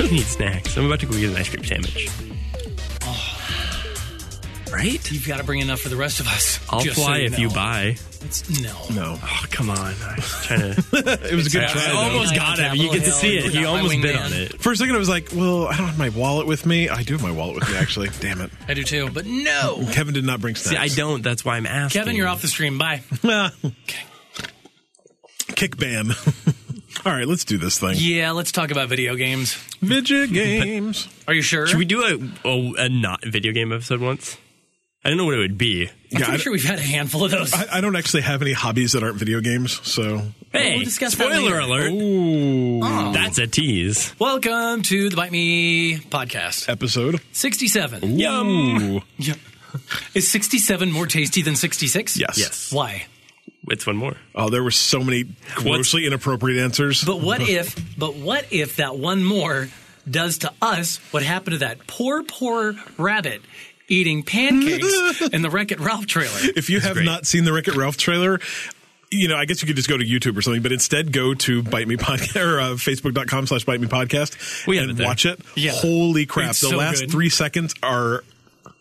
need snacks. I'm about to go get an ice cream sandwich. Right? You've got to bring enough for the rest of us. I'll Just so fly if you know. buy. It's, no. No. Oh, come on. I was trying to. It was a good I- try. I though. almost got it. You get to see it. He Without my almost bid wingman. on it. For a second, I was like, well, I don't have my wallet with me. I do have my wallet with me, actually. Damn it. I do too, but no. Kevin did not bring snacks. See, I don't. That's why I'm asking. Kevin, you're off the stream. Bye. Kick ban. All right, let's do this thing. Yeah, let's talk about video games. Midget games. Are you sure? Should we do a, a a not video game episode once? I don't know what it would be. I'm Yeah, pretty I- sure we've had a handful of those. I, I don't actually have any hobbies that aren't video games, so. Hey, we'll discuss that spoiler later. alert. That's a tease. Welcome to the Bite Me podcast. Episode. 67. Yum. Ooh. Yep. Is 67 more tasty than 66? Yes. Yes. Why? It's one more. Oh, there were so many grossly inappropriate answers. But what if, but what if that one more does to us what happened to that poor, poor rabbit eating pancakes in the Wreck It Ralph trailer? if you have great. not seen the Wreck It Ralph trailer, you know, I guess you could just go to YouTube or something, but instead go to Bite Me Podcast or uh, Facebook.com slash Bite Me Podcast We have and it there. watch it. Yeah. Holy crap. It's the so last good. three seconds are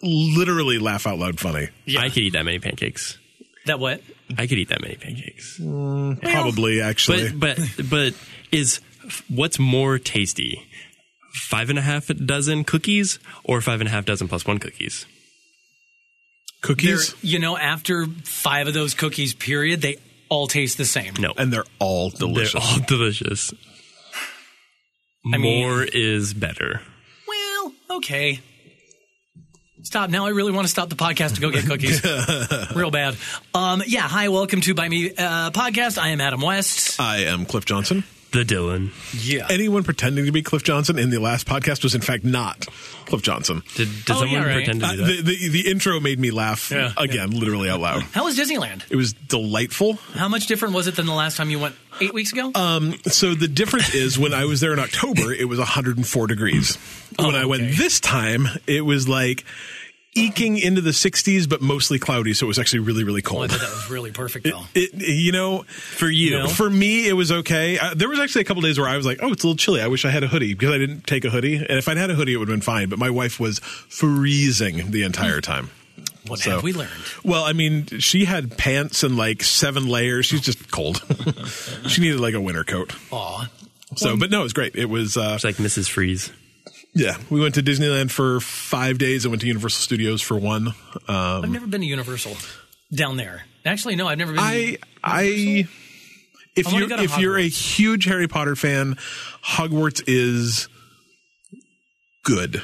literally laugh out loud funny. I could eat that many pancakes. That what? I could eat that many pancakes. Probably, actually. But but but is what's more tasty? Five and a half dozen cookies or five and a half dozen plus one cookies? They're, Cookies. you know, after five of those cookies, period, they all taste the same. No. and they're all delicious. They're all delicious. mean- More is better. Well, okay. Stop. Now I really want to stop the podcast to go get cookies. Real bad. Um, yeah. Hi. Welcome to By Me uh, Podcast. I am Adam West. I am Cliff Johnson. The Dylan. yeah. Anyone pretending to be Cliff Johnson in the last podcast was, in fact, not Cliff Johnson. Did, did Oh, someone yeah, right. pretend to Uh, do that? the, the, the intro made me laugh Yeah. again, literally out loud. How was Disneyland? It was delightful. How much different was it than the last time you went eight weeks ago? Um, So the difference is when I was there in October, it was 104 degrees. when I went okay. this time, it was like eking into the 60s, but mostly cloudy. So it was actually really, really Well, I cold. thought that was really perfect, though. It, you know, for you, know? for me, it was okay. Uh, there was actually a couple days where I was like, "Oh, it's a little chilly. I wish I had a hoodie because I didn't take a hoodie. And if I'd had a hoodie, it would have been fine." But my wife was freezing the entire time. what so- have we learned? Well, I mean, she had pants and like seven layers. She's just cold. she needed like a winter coat. Aw. So, but no, it was great. It was uh, It's like Mrs. Freeze. Yeah, we went to Disneyland for five days and went to Universal Studios for one. Um, I've never been to Universal down there. Actually, no, I've never been. I I if I wanna you go to if you're a Hogwarts. huge Harry Potter fan, Hogwarts is good.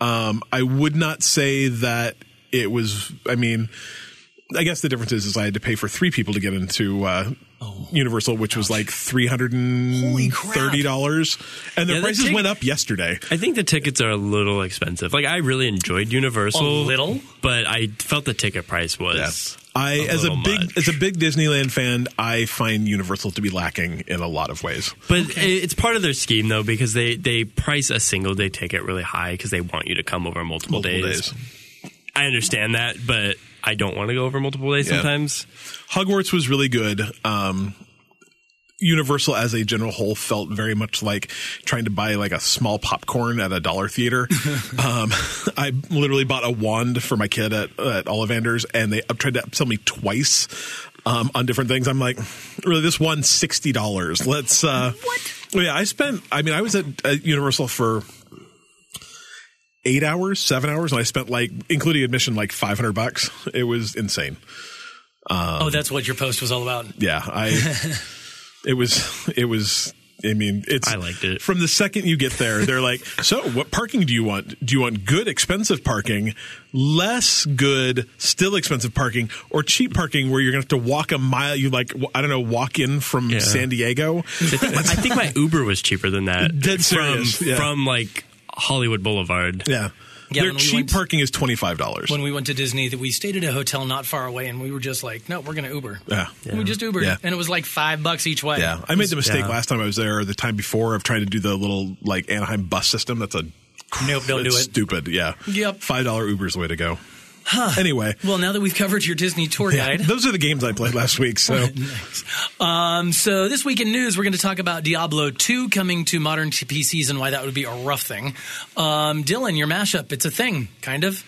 Um, I would not say that it was. I mean, I guess the difference is is I had to pay for three people to get into. Uh, Universal, which was like three hundred and thirty dollars, and their Yeah, that prices take- went up yesterday. I think the tickets are a little expensive. Like I really enjoyed Universal, A little? but I felt the ticket price was. I a as a little big much. as a big Disneyland fan, I find Universal to be lacking in a lot of ways. But it- it's part of their scheme though, because they they price a single day ticket really high because they want you to come over multiple, Multiple days. days. I understand that, but I don't want to go over multiple days Yeah. sometimes. Hogwarts was really good. Um, Universal as a general whole felt very much like trying to buy like a small popcorn at a dollar theater. um, I literally bought a wand for my kid at, at Ollivander's, and they up, tried to upsell me twice um, on different things. I'm like, really, this one's sixty dollars. Let's uh, what? Yeah, I spent. I mean, I was at, at Universal for eight hours, seven hours, and I spent like, including admission, like five hundred bucks. It was insane oh, that's what your post was all about. yeah i it was it was i mean it's I liked it. from the second you get there they're like so what parking do you want do you want good expensive parking less good still expensive parking or cheap parking where you're gonna have to walk a mile you like w- i don't know walk in from Yeah. san diego I think, I think my Uber was cheaper than that. Dead from serious, yeah. from like Hollywood Boulevard. yeah, Yeah, their when we cheap went- parking is $25 When we went to Disney, that we stayed at a hotel not far away, and we were just like, no, we're going to Uber. yeah We just Ubered, Yeah. and it was like five bucks each way. yeah i made the mistake Yeah. last time i was there or the time before of trying to do the little like anaheim bus system that's a Nope, don't do it's it. stupid yeah Yep. five dollar uber's the way to go Anyway, Well, now that we've covered your Disney tour yeah, guide, those are the games I played last week. So um, so this week in news, we're going to talk about Diablo 2 coming to modern t- PCs and why that would be a rough thing. Um, Dylan, your mashup, it's a thing, kind of.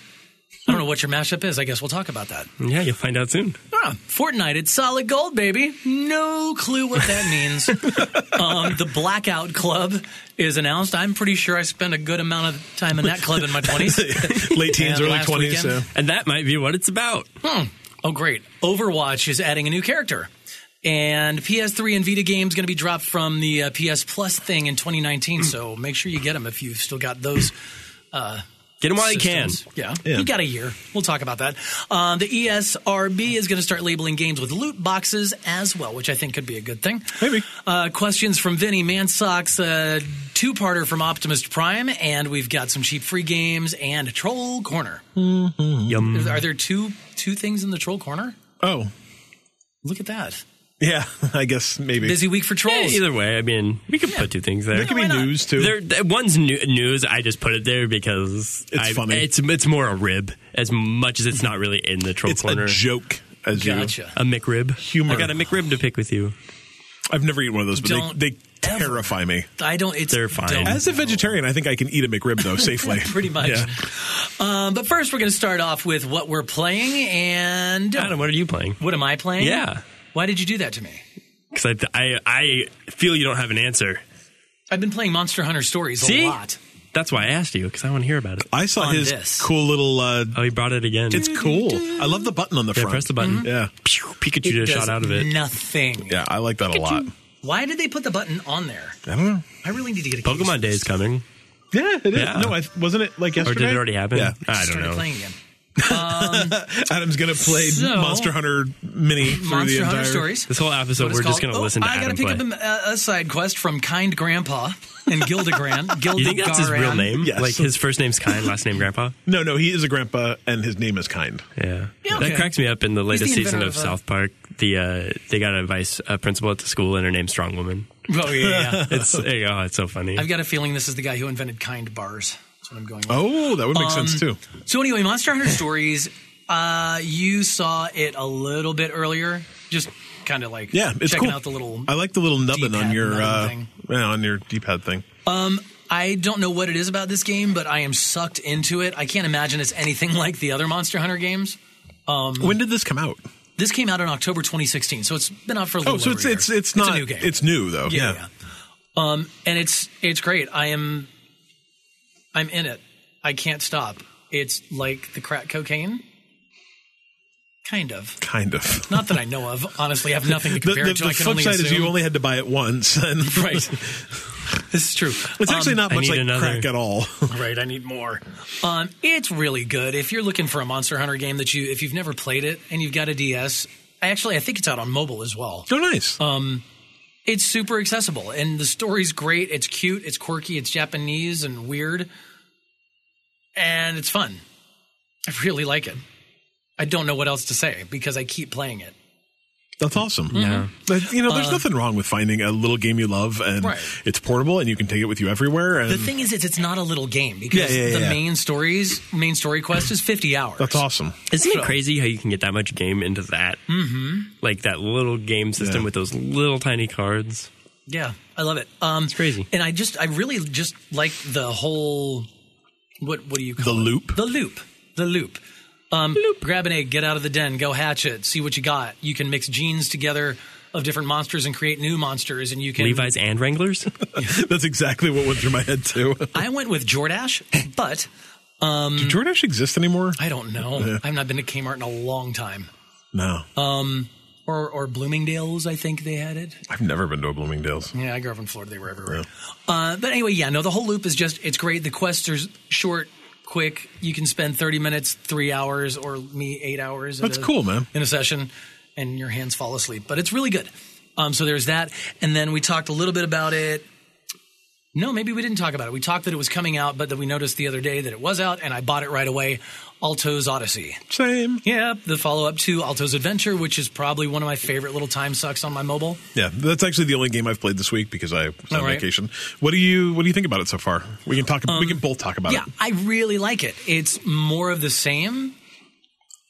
I don't know what your mashup is. I guess we'll talk about that. Yeah, you'll find out soon. Ah, Fortnite, it's solid gold, baby. No clue what that means. um, the Blackout Club is announced. I'm pretty sure I spent a good amount of time in that club in my 20s. late teens, Yeah, early last twenties. So. weekend. And that might be what it's about. Oh, great. Overwatch is adding a new character. And PS3 and Vita games going to be dropped from the uh, PS Plus thing in 2019. so make sure you get them if you've still got those. Get him while you can. systems. Yeah. You got a year. We'll talk about that. Uh, the ESRB is going to start labeling games with loot boxes as well, which I think could be a good thing. Maybe. Uh, questions from Vinny Mansock's uh, two parter from Optimist Prime, and we've got some cheap free games and Troll Corner. Hmm. Yum. Are there two two things in the Troll Corner? Oh, Look at that. yeah. I guess maybe. Busy week for Eh, trolls. Either way, I mean, we could put two things there. There could be news too. There, th- one's new, news. I just put it there because It's I- funny. It's it's more a rib as much as it's not really in the troll it's corner. a joke. As you, Gotcha. a McRib. Humor. I got a McRib to pick with you. I've never eaten one of those, but Don't they, they ever. terrify me. I don't. It's They're fine. dumb. As a vegetarian, I think I can eat a McRib though safely. pretty much. Yeah. Um, but first, we're going to start off with what we're playing and Adam, what are you playing? what am I playing? Yeah. Why did you do that to me? Because I, th- I I feel you don't have an answer. I've been playing Monster Hunter Stories See? a lot. That's why I asked you because I want to hear about it. I saw On his this. cool little. Uh, Oh, he brought it again. it's cool. I love the button on the Yeah, front. press the button. Yeah, Pew, Pikachu It just does shot out of it. Nothing. yeah. I like that a lot. Why did they put the button on there? I don't know. I really need to get a case. Pokemon Day is coming, Yeah, it is. Yeah. No, I, wasn't it like or yesterday? did it already happen? Yeah. I don't Started know. Playing again. Adam's gonna play So- Monster Hunter Mini through the Monster entire. Hunter Stories. This whole episode, What it's we're just called. going to Oh, listen to I Adam gotta pick play. up a, a side quest from Kind Grandpa and Gildegrand. Gildegaran. you think that's his real name? Yes. Like his first name's Kind, last name Grandpa. No, no, he is a grandpa, and his name is Kind. Yeah, Yeah, that okay. cracks me up. In the latest the season inventor of, of, uh, South Park, the uh, they got a vice uh, principal at the school, and her name's Strong Woman. Oh yeah. yeah. It's there you go. Oh, it's so funny. I've got a feeling this is the guy who invented Kind Bars. That's what I'm going. With. Oh, that would make Um, sense too. So anyway, Monster Hunter Stories. Uh, you saw it a little bit earlier, just kind of like Yeah, it's checking cool. out the little. I like the little nubbin on D-pad your nubbin uh, thing. yeah, on your D-pad thing. I don't know what it is about this game, but I am sucked into it. I can't imagine it's anything like the other Monster Hunter games. Mm-hmm. when did this come out? This came out in October 2016, so it's been out for a little. Oh, so over it's a year. it's it's not a new game. It's new though. yeah, Yeah. yeah. Um, and it's it's great. I am, I'm in it. I can't stop. It's like the crack cocaine, kind of. kind of. Not that I know of. Honestly, I have nothing to The, compare the- it to. the I can flip only side assume. is you only had to buy it once, and right. this is true. Um, it's actually not I much need like another- crack at all. Right, I need more. Um, it's really good. If you're looking for a Monster Hunter game that you, if you've never played it and you've got a DS, I actually I think it's out on mobile as well. oh, nice. Uh, It's super accessible and the story's great. It's cute. It's quirky. It's Japanese and weird, and it's fun. I really like it. I don't know what else to say because I keep playing it. That's awesome. mm-hmm. Yeah. But, you know, there's nothing wrong with finding a little game you love, and Uh, Right. it's portable, and you can take it with you everywhere. And The thing is, it's, it's not a little game because Yeah, yeah, yeah, the yeah. main stories, main story quest is 50 hours. that's awesome. Isn't it crazy how you can get that much game into that? Mm-hmm. Like that little game system Yeah. with those little tiny cards. Yeah, I love it. Um, it's crazy. and I just, I really just like the whole. What what do you The call it? loop. The loop, the loop. Um, Grab an egg, get out of the den, go hatch it, see what you got. You can mix genes together of different monsters and create new monsters, and you can. Levi's and Wranglers. That's exactly what went through my head too. I went with Jordash, but Do DoorDash exist anymore? I don't know. I've not been to Kmart in a long time. No, Uh, Or, or Bloomingdale's, I think they had it. I've never been to a Bloomingdale's. Yeah, I grew up in Florida. They were everywhere. Yeah. Uh, but anyway, yeah, no, the whole loop is just, it's great. The quests are s- short, quick. You can spend 30 minutes, three hours, or me, eight hours. at That's a- cool, man. In a session, and your hands fall asleep. But it's really good. Um, so there's that. And then we talked a little bit about it. No, maybe we didn't talk about it. We talked that it was coming out, but that we noticed the other day that it was out, and I bought it right away. Alto's Odyssey. Same. Yeah, the follow up to Alto's Adventure, which is probably one of my favorite little time sucks on my mobile. Yeah, that's actually the only game I've played this week because I was on All right. Um, vacation. What do you What do you think about it so far? We can talk. we can both talk about Yeah, it. I really like it. It's more of the same,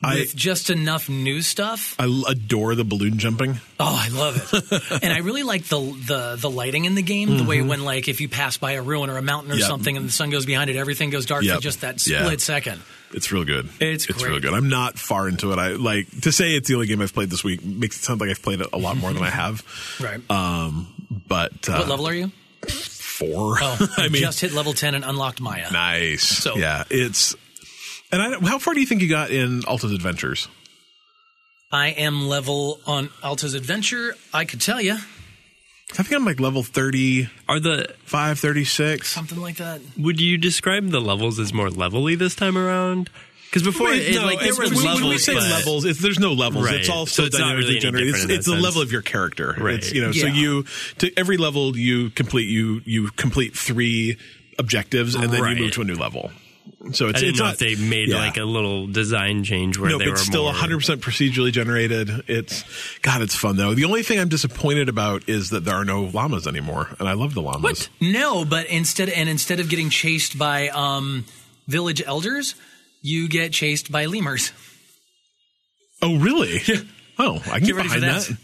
I, with just enough new stuff. I l- adore the balloon jumping. Oh, I love it. and I really like the the the lighting in the game, the Mm-hmm. way when like if you pass by a ruin or a mountain or Yep. something and the sun goes behind it, everything goes dark for Yep. just that Yeah. split second. It's real good. It's it's great. real good. I'm not far into it. I like to say it's the only game I've played this week makes it sound like I've played it a lot more than I have. Right. Um, but uh, what level are you? Four. Oh, I I mean, just hit level 10 and unlocked Maya. nice. So- yeah, it's. And I, don't- how far do you think you got in Alta's Adventures? I am level on Alta's Adventure. I could tell you I think I'm like level 35, Are the 36. something like that. would you describe the levels as more levelly this time around? Because before, Wait, it, no, like, there it's- were when, levels. when we say but- levels, it's, there's no levels. Right. It's all So so it's not dynamically really any generated. It's, different in it's that the sense. level of your character. Right. It's, you know, so Yeah. you to every level you complete you you complete three objectives and then Right. you move to a new level. So it's I didn't it's know not, if they made yeah. like a little design change where no, they but were it's still more, 100 percent procedurally generated. It's God, it's fun though. The only thing I'm disappointed about is that there are no llamas anymore, and I love the llamas. No, but instead and instead of getting chased by um, village elders, you get chased by lemurs. Oh, really? Oh, I can Get get ready for that. behind that.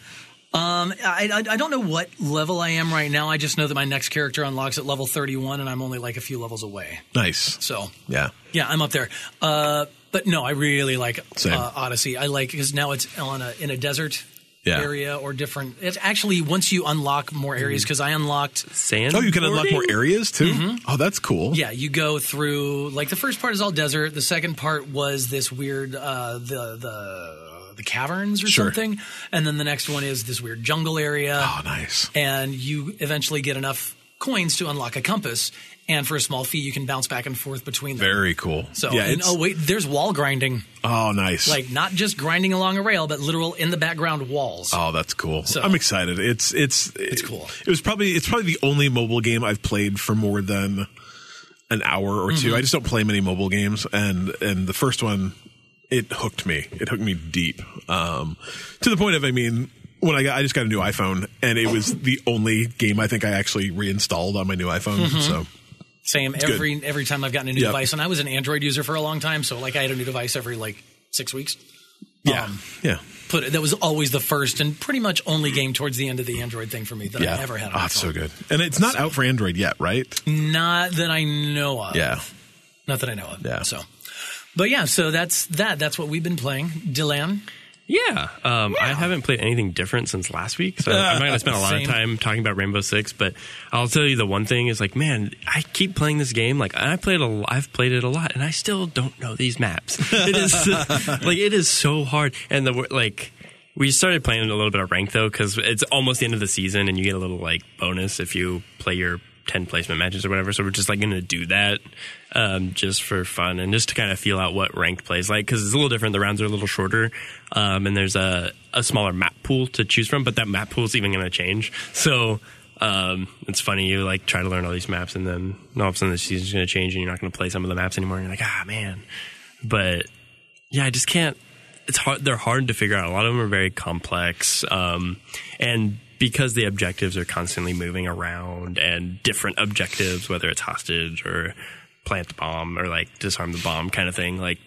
Um, I, I I don't know what level I am right now. I just know that my next character unlocks at level 31, and I'm only like a few levels away. Nice. So Yeah. yeah, I'm up there. Uh, but no, I really like Same. uh, Odyssey. I like because now it's on a, in a desert. Yeah. Area or different. It's actually once you unlock more Mm-hmm. areas because I unlocked sand. Oh, you can unlock more boarding? areas too. Oh, that's cool. Mm-hmm. Yeah, you go through like the first part is all desert. The second part was this weird uh, the the the caverns or Sure. something, and then the next one is this weird jungle area. Oh, nice. And you eventually get enough coins to unlock a compass, and for a small fee, you can bounce back and forth between them. Very cool. so, yeah, and, it's- oh wait, there's wall grinding, oh, nice. like not just grinding along a rail, but literal in the background walls. oh, that's cool. I'm excited. It's it's it's cool. It was probably it's probably the only mobile game I've played for more than an hour or 2 Mm-hmm. I just don't play many mobile games, and and the first one it hooked me. It hooked me deep um, to the point of I mean. When I got, I just got a new iPhone, and it was the only game I think I actually reinstalled on my new iPhone. Mm-hmm. Um, So Same good. every every time I've gotten a new Yep. device, and I was an Android user for a long time, so like I had a new device every like six weeks. yeah, Um, yeah, put it, that was always the first and pretty much only game towards the end of the Android thing for me that yeah. I ever had. On Oh, my it's so phone. good, and it's not out for Android yet, right? Not that I know of. Yeah, Not that I know of. Yeah. So, but yeah, so that's that. That's what we've been playing. Dylan, Yeah. Um, I haven't played anything different since last week, so I'm not going to spend a lot Same. of time talking about Rainbow Six. But I'll tell you the one thing is like, man, I keep playing this game. Like, I played a, I've played it a lot, and I still don't know these maps. It is like it is so hard, and the wor- like. We started playing a little bit of rank though, because it's almost the end of the season, and you get a little like bonus if you play your ten placement matches or whatever. So we're just like going to do that, um, just for fun and just to kind of feel out what ranked plays like, because it's a little different. The rounds are a little shorter, um, and there's a a smaller map pool to choose from, but that map pool is even going to change. So um, it's funny you like try to learn all these maps, and then all of a sudden the season's going to change, and you're not going to play some of the maps anymore. And you're like, ah, man. But yeah, I just can't. It's hard. They're hard to figure out. A lot of them are very complex, um, and because the objectives are constantly moving around and different objectives, whether it's hostage or plant the bomb or like disarm the bomb kind of thing, like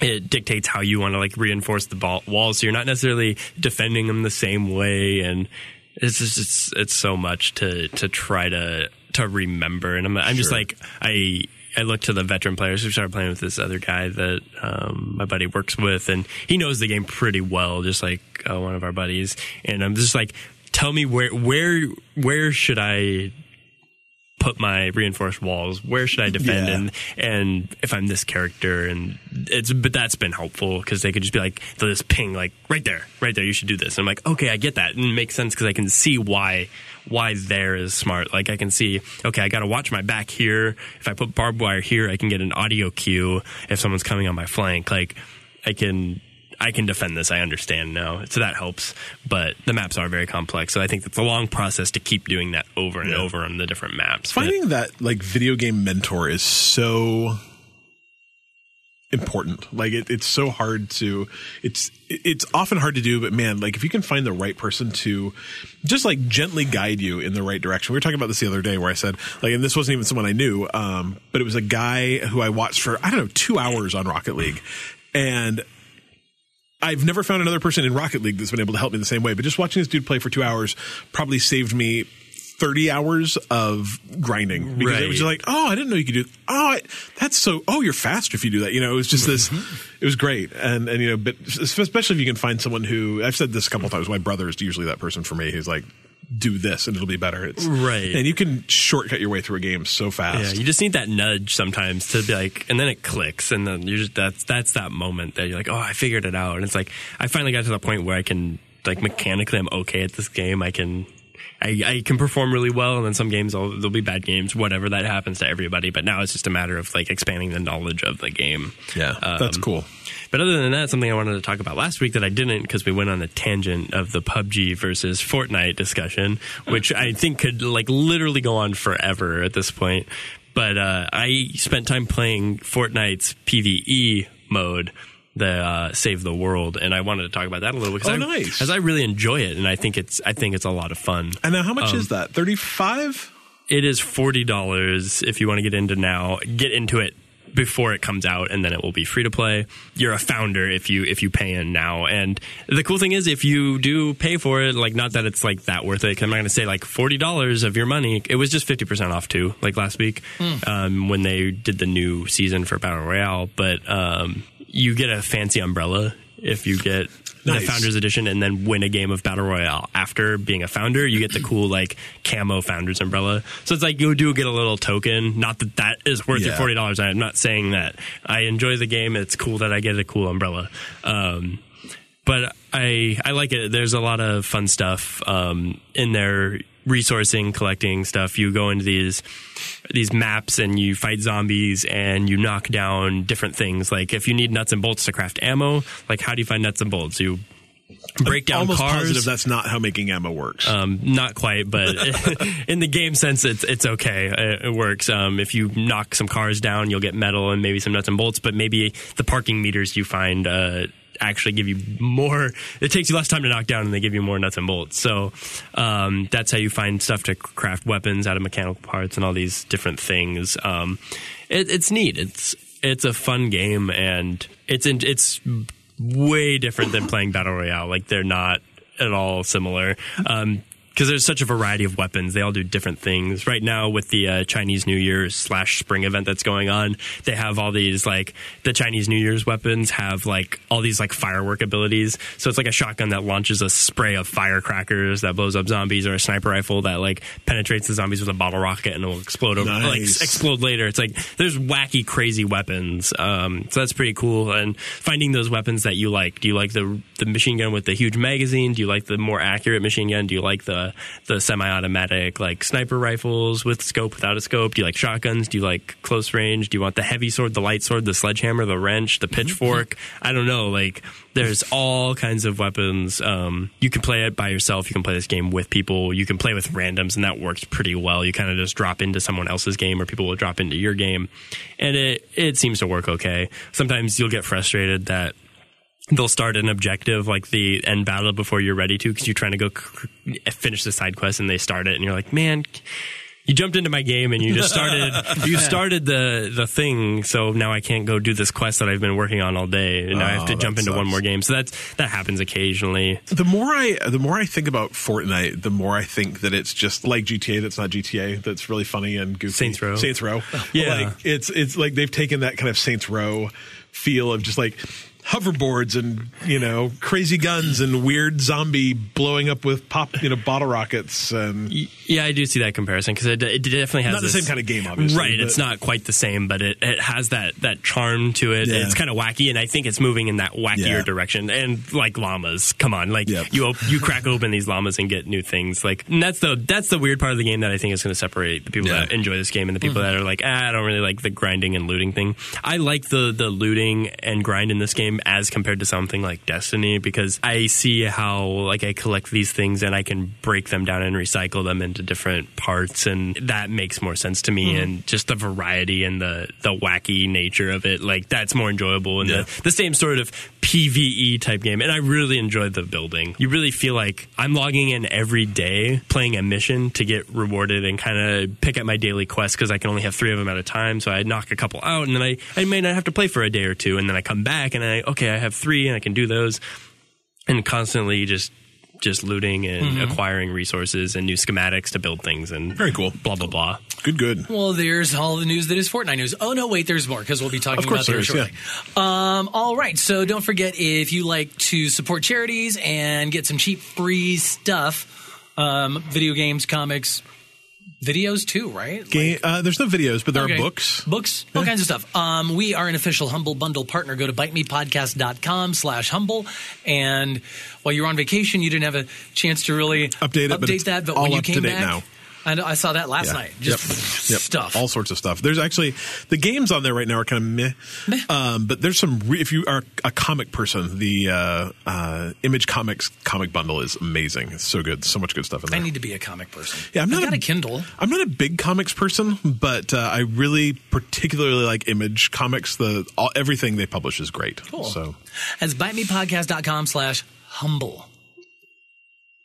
it dictates how you want to like reinforce the ball, wall. So you're not necessarily defending them the same way, and it's just it's it's so much to to try to to remember. And I'm I'm just like I. I look to the veteran players who started playing with this other guy that um, my buddy works with, and he knows the game pretty well, just like uh, one of our buddies. And I'm just like, tell me where where where should I put my reinforced walls? Where should I defend? Yeah. And and if I'm this character, and it's but that's been helpful because they could just be like they'll just ping like right there, right there. You should do this. And I'm like, okay, I get that, and it makes sense because I can see why why there is smart. Like I can see, okay, I got to watch my back here. If I put barbed wire here, I can get an audio cue if someone's coming on my flank. Like I can. I can defend this. I understand now, so that helps. But the maps are very complex, so I think it's a long process to keep doing that over and over on the different maps. But- finding that like video game mentor is so important like it, it's so hard to it's it's often hard to do but man like if you can find the right person to just like gently guide you in the right direction we were talking about this the other day where i said like and this wasn't even someone i knew um, but it was a guy who i watched for i don't know two hours on rocket league and I've never found another person in Rocket League that's been able to help me the same way. But just watching this dude play for two hours probably saved me. 30 hours of grinding because it was Right. just like oh i didn't know you could do oh I, that's so oh you're faster if you do that you know it was just this it was great and and you know but especially if you can find someone who i've said this a couple times my brother is usually that person for me who's like do this and it'll be better it's Right. and you can shortcut your way through a game so Yeah, fast you just need that nudge sometimes to be like, and then it clicks, and then you're just that's that's that moment that you're like, oh, I figured it out, and it's like I finally got to the point where I can like mechanically I'm okay at this game. I can. I, I can perform really well, and then some games I'll, there'll be bad games. Whatever that happens to everybody, but now it's just a matter of like expanding the knowledge of the game. Um, that's cool But other than that, something I wanted to talk about last week that I didn't because we went on a tangent of the PUBG versus Fortnite discussion, which I think could like literally go on forever at this point. But uh, I spent time playing Fortnite's PVE mode, the uh, Save the World, and I wanted to talk about that a little because Oh, I, nice. as I really enjoy it, and I think it's I think it's a lot of fun. And now, how much is that? Thirty-five. It is forty dollars if you want to get into now. Get into it before it comes out, and then it will be free to play. You're a founder if you if you pay in now. And the cool thing is, if you do pay for it, like not that it's like that worth it. i I'm not going to say like forty dollars of your money. It was just fifty percent off too, like last week um, when they did the new season for Battle Royale. But um, you get a fancy umbrella if you get. Nice. The founders edition, and then win a game of battle royale after being a founder. You get the cool like camo founders umbrella. So it's like you do get a little token. Not that that is worth Yeah. your forty dollars. I'm not saying that. I enjoy the game. It's cool that I get a cool umbrella. Um, but I I like it. There's a lot of fun stuff um, in there. Resourcing, collecting stuff. You go into these these maps and you fight zombies and you knock down different things. Like if you need nuts and bolts to craft ammo, like how do you find nuts and bolts? You break down Almost cars. positive that's not how making ammo works. Um, not quite, but in the game sense, it's it's okay. It, it works. Um, if you knock some cars down, you'll get metal and maybe some nuts and bolts. But maybe the parking meters you find uh, actually give you more. It takes you less time to knock down, and they give you more nuts and bolts. So um, that's how you find stuff to craft weapons out of mechanical parts and all these different things. Um, it, it's neat. It's it's a fun game, and it's in, it's way different than playing battle royale. Like they're not at all similar. Um, because there's such a variety of weapons, they all do different things. Right now, with the uh, Chinese New Year slash Spring event that's going on, they have all these like the Chinese New Year's weapons have like all these like firework abilities. So it's like a shotgun that launches a spray of firecrackers that blows up zombies, or a sniper rifle that like penetrates the zombies with a bottle rocket and will explode over, like ex- Nice. explode later. It's like there's wacky, crazy weapons. Um, so that's pretty cool. And finding those weapons that you like. Do you like the the machine gun with the huge magazine? Do you like the more accurate machine gun? Do you like the the semi-automatic like sniper rifles with scope without a scope? Do you like shotguns? Do you like close range? Do you want the heavy sword, the light sword, the sledgehammer, the wrench, the pitchfork? I don't know. Like there's all kinds of weapons. Um, you can play it by yourself. You can play this game with people. You can play with randoms, and that works pretty well. You kind of just drop into someone else's game, or people will drop into your game, and it it seems to work okay. Sometimes you'll get frustrated that they'll start an objective like the end battle before you're ready to because you're trying to go c- c- finish the side quest and they start it and you're like man you jumped into my game and you just started you started the the thing so now i can't go do this quest that i've been working on all day and now i have Oh, to that jump into one sucks. more game so that's that happens occasionally the more I, the more I think about Fortnite, the more I think that it's just like GTA. That's not GTA. That's really funny and goofy. Saints Row. Saints Row. Yeah. like, it's it's like they've taken that kind of Saints Row feel of just like hoverboards and you know crazy guns and weird zombie blowing up with pop you know bottle rockets and Y- yeah i do see that comparison because it, it definitely has not the this- same kind of game obviously Right, it's but- not quite the same, but it, it has that, that charm to it. Yeah. It's kind of wacky, and I think it's moving in that wackier Yeah. direction. And like llamas, come on, like Yep. you op- you crack open these llamas and get new things. Like and that's the that's the weird part of the game that I think is going to separate the people Yeah. that enjoy this game and the people that are like, ah, I don't really like the grinding and looting thing. I like the the looting and grind in this game as compared to something like Destiny because I see how like I collect these things and I can break them down and recycle them into different parts, and that makes more sense to me. And just the variety and the the wacky nature of it, like that's more enjoyable. And Yeah. the the same sort of PVE type game, and I really enjoyed the building. You really feel like I'm logging in every day playing a mission to get rewarded and kind of pick up my daily quest because I can only have three of them at a time. So I knock a couple out, and then I, I may not have to play for a day or two, and then I come back and I okay, I have three and I can do those. and constantly just just looting and acquiring resources and new schematics to build things and Very cool. blah blah blah. Good, good. Well, there's all the news that is Fortnite news. Oh no, wait, there's more because we'll be talking Of course about there that is. shortly. Um, all right, so don't forget if you like to support charities and get some cheap free stuff, um, video games, comics, videos too, right? Ga- uh, there's no videos, but there Okay. are books. Books, all kinds of stuff. Um, we are an official Humble Bundle partner. Go to bitemepodcast.com slash humble. And while you were on vacation, you didn't have a chance to really Update it, but it's that. But all when you up to came date back, now. I, know, I saw that last Yeah. night. Just Yep. stuff. All sorts of stuff. There's actually the games on there right now are kind of meh. Um, but there's some. Re- if you are a comic person, the uh, uh, Image Comics comic bundle is amazing. It's so good. So much good stuff in I there. need to be a comic person. Yeah, I'm I've not got a Kindle. I'm not a big comics person, but uh, I really particularly like Image Comics. The all, everything they publish is great. Cool. So That's bitemepodcast.com slash humble.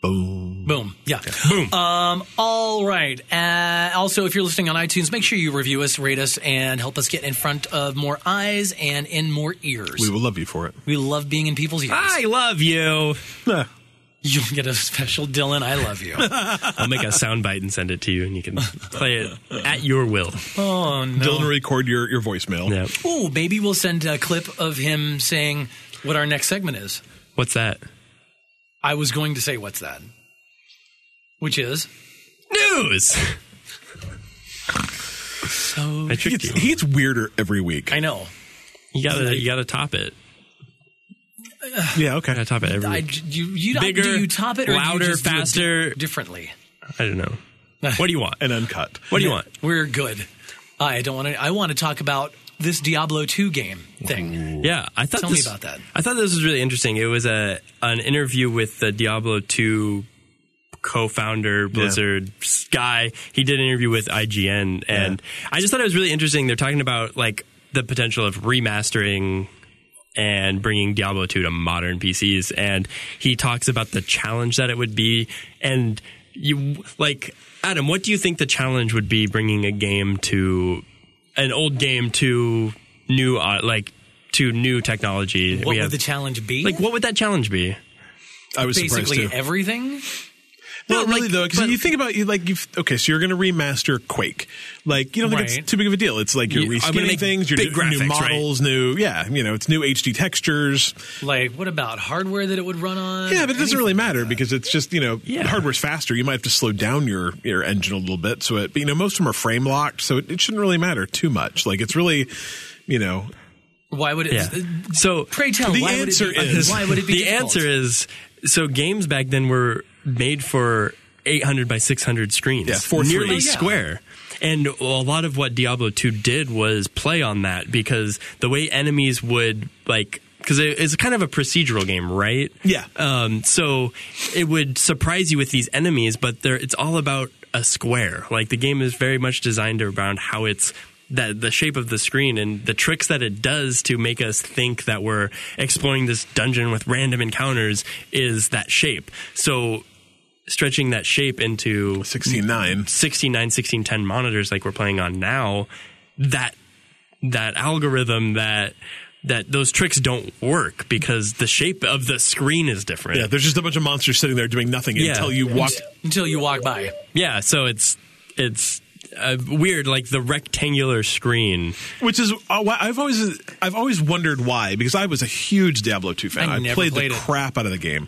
boom. Boom. Yeah. Boom. Um, all right. Uh, also, if you're listening on iTunes, make sure you review us, rate us, and help us get in front of more eyes and in more ears. We will love you for it. We love being in people's ears. I love you. You'll get a special Dylan I love you. I'll make a soundbite and send it to you, and you can play it at your will. oh no. Dylan, record your your voicemail. Yeah. Oh, maybe we'll send a clip of him saying what our next segment is. What's that? I was going to say what's that? Which is News. so I He tricked gets, you. he gets weirder every week. I know. You gotta, you gotta top it. yeah, You okay. gotta top it every. I, week. you, you, Bigger, do you top it or do you louder, just do it di- faster. differently? I don't know. What do you want? And uncut. What do you want? We're good. I don't want to. I want to talk about this Diablo two game Mm, thing. Yeah, I thought. Tell me this, about that. I thought this was really interesting. It was a an interview with the Diablo two co-founder Blizzard guy. He did an interview with IGN, and I just thought it was really interesting. They're talking about like the potential of remastering and bringing Diablo 2 to modern PCs. And he talks about the challenge that it would be. And you, like, Adam, what do you think the challenge would be bringing a game to an old game to new, uh, like, to new technology? What would the challenge be? like, what would that challenge be? I was surprised basically too. everything. Well, No, really like, though, because but- you think about you like you okay, so you're going to remaster Quake. Like you don't think Right. it's too big of a deal. It's like you're You- I'm gonna reskinning make things, you're big new, new graphics, models, new yeah, you know, it's new HD textures. Like what about hardware that it would run on? Yeah, but it doesn't really matter because it's just you know Yeah. hardware's faster. You might have to slow down your your engine a little bit, so it. But you know most of them are frame locked, so it, it shouldn't really matter too much. Like it's really, you know, Why would it? Yeah. So uh, Pray tell. The why answer would it be, is- why would it be? the difficult? answer is so games back then were made for 800 by 600 screens Yeah, 4:3. nearly Oh, yeah. square and a lot of what diablo 2 did was play on that because the way enemies would like because it's kind of a procedural game right Yeah. um, so it would surprise you with these enemies but they're, it's all about a square like the game is very much designed around how it's that the shape of the screen and the tricks that it does to make us think that we're exploring this dungeon with random encounters is that shape so stretching that shape into sixteen nine. 69 1610 monitors like we're playing on now that that algorithm that that those tricks don't work because the shape of the screen is different Yeah, there's just a bunch of monsters sitting there doing nothing Yeah. until you walk. until you walk by. Yeah, so it's it's uh, weird like the rectangular screen Which is uh, why I've always I've always wondered why because I was a huge Diablo two fan. I never played, played the it. crap out of the game.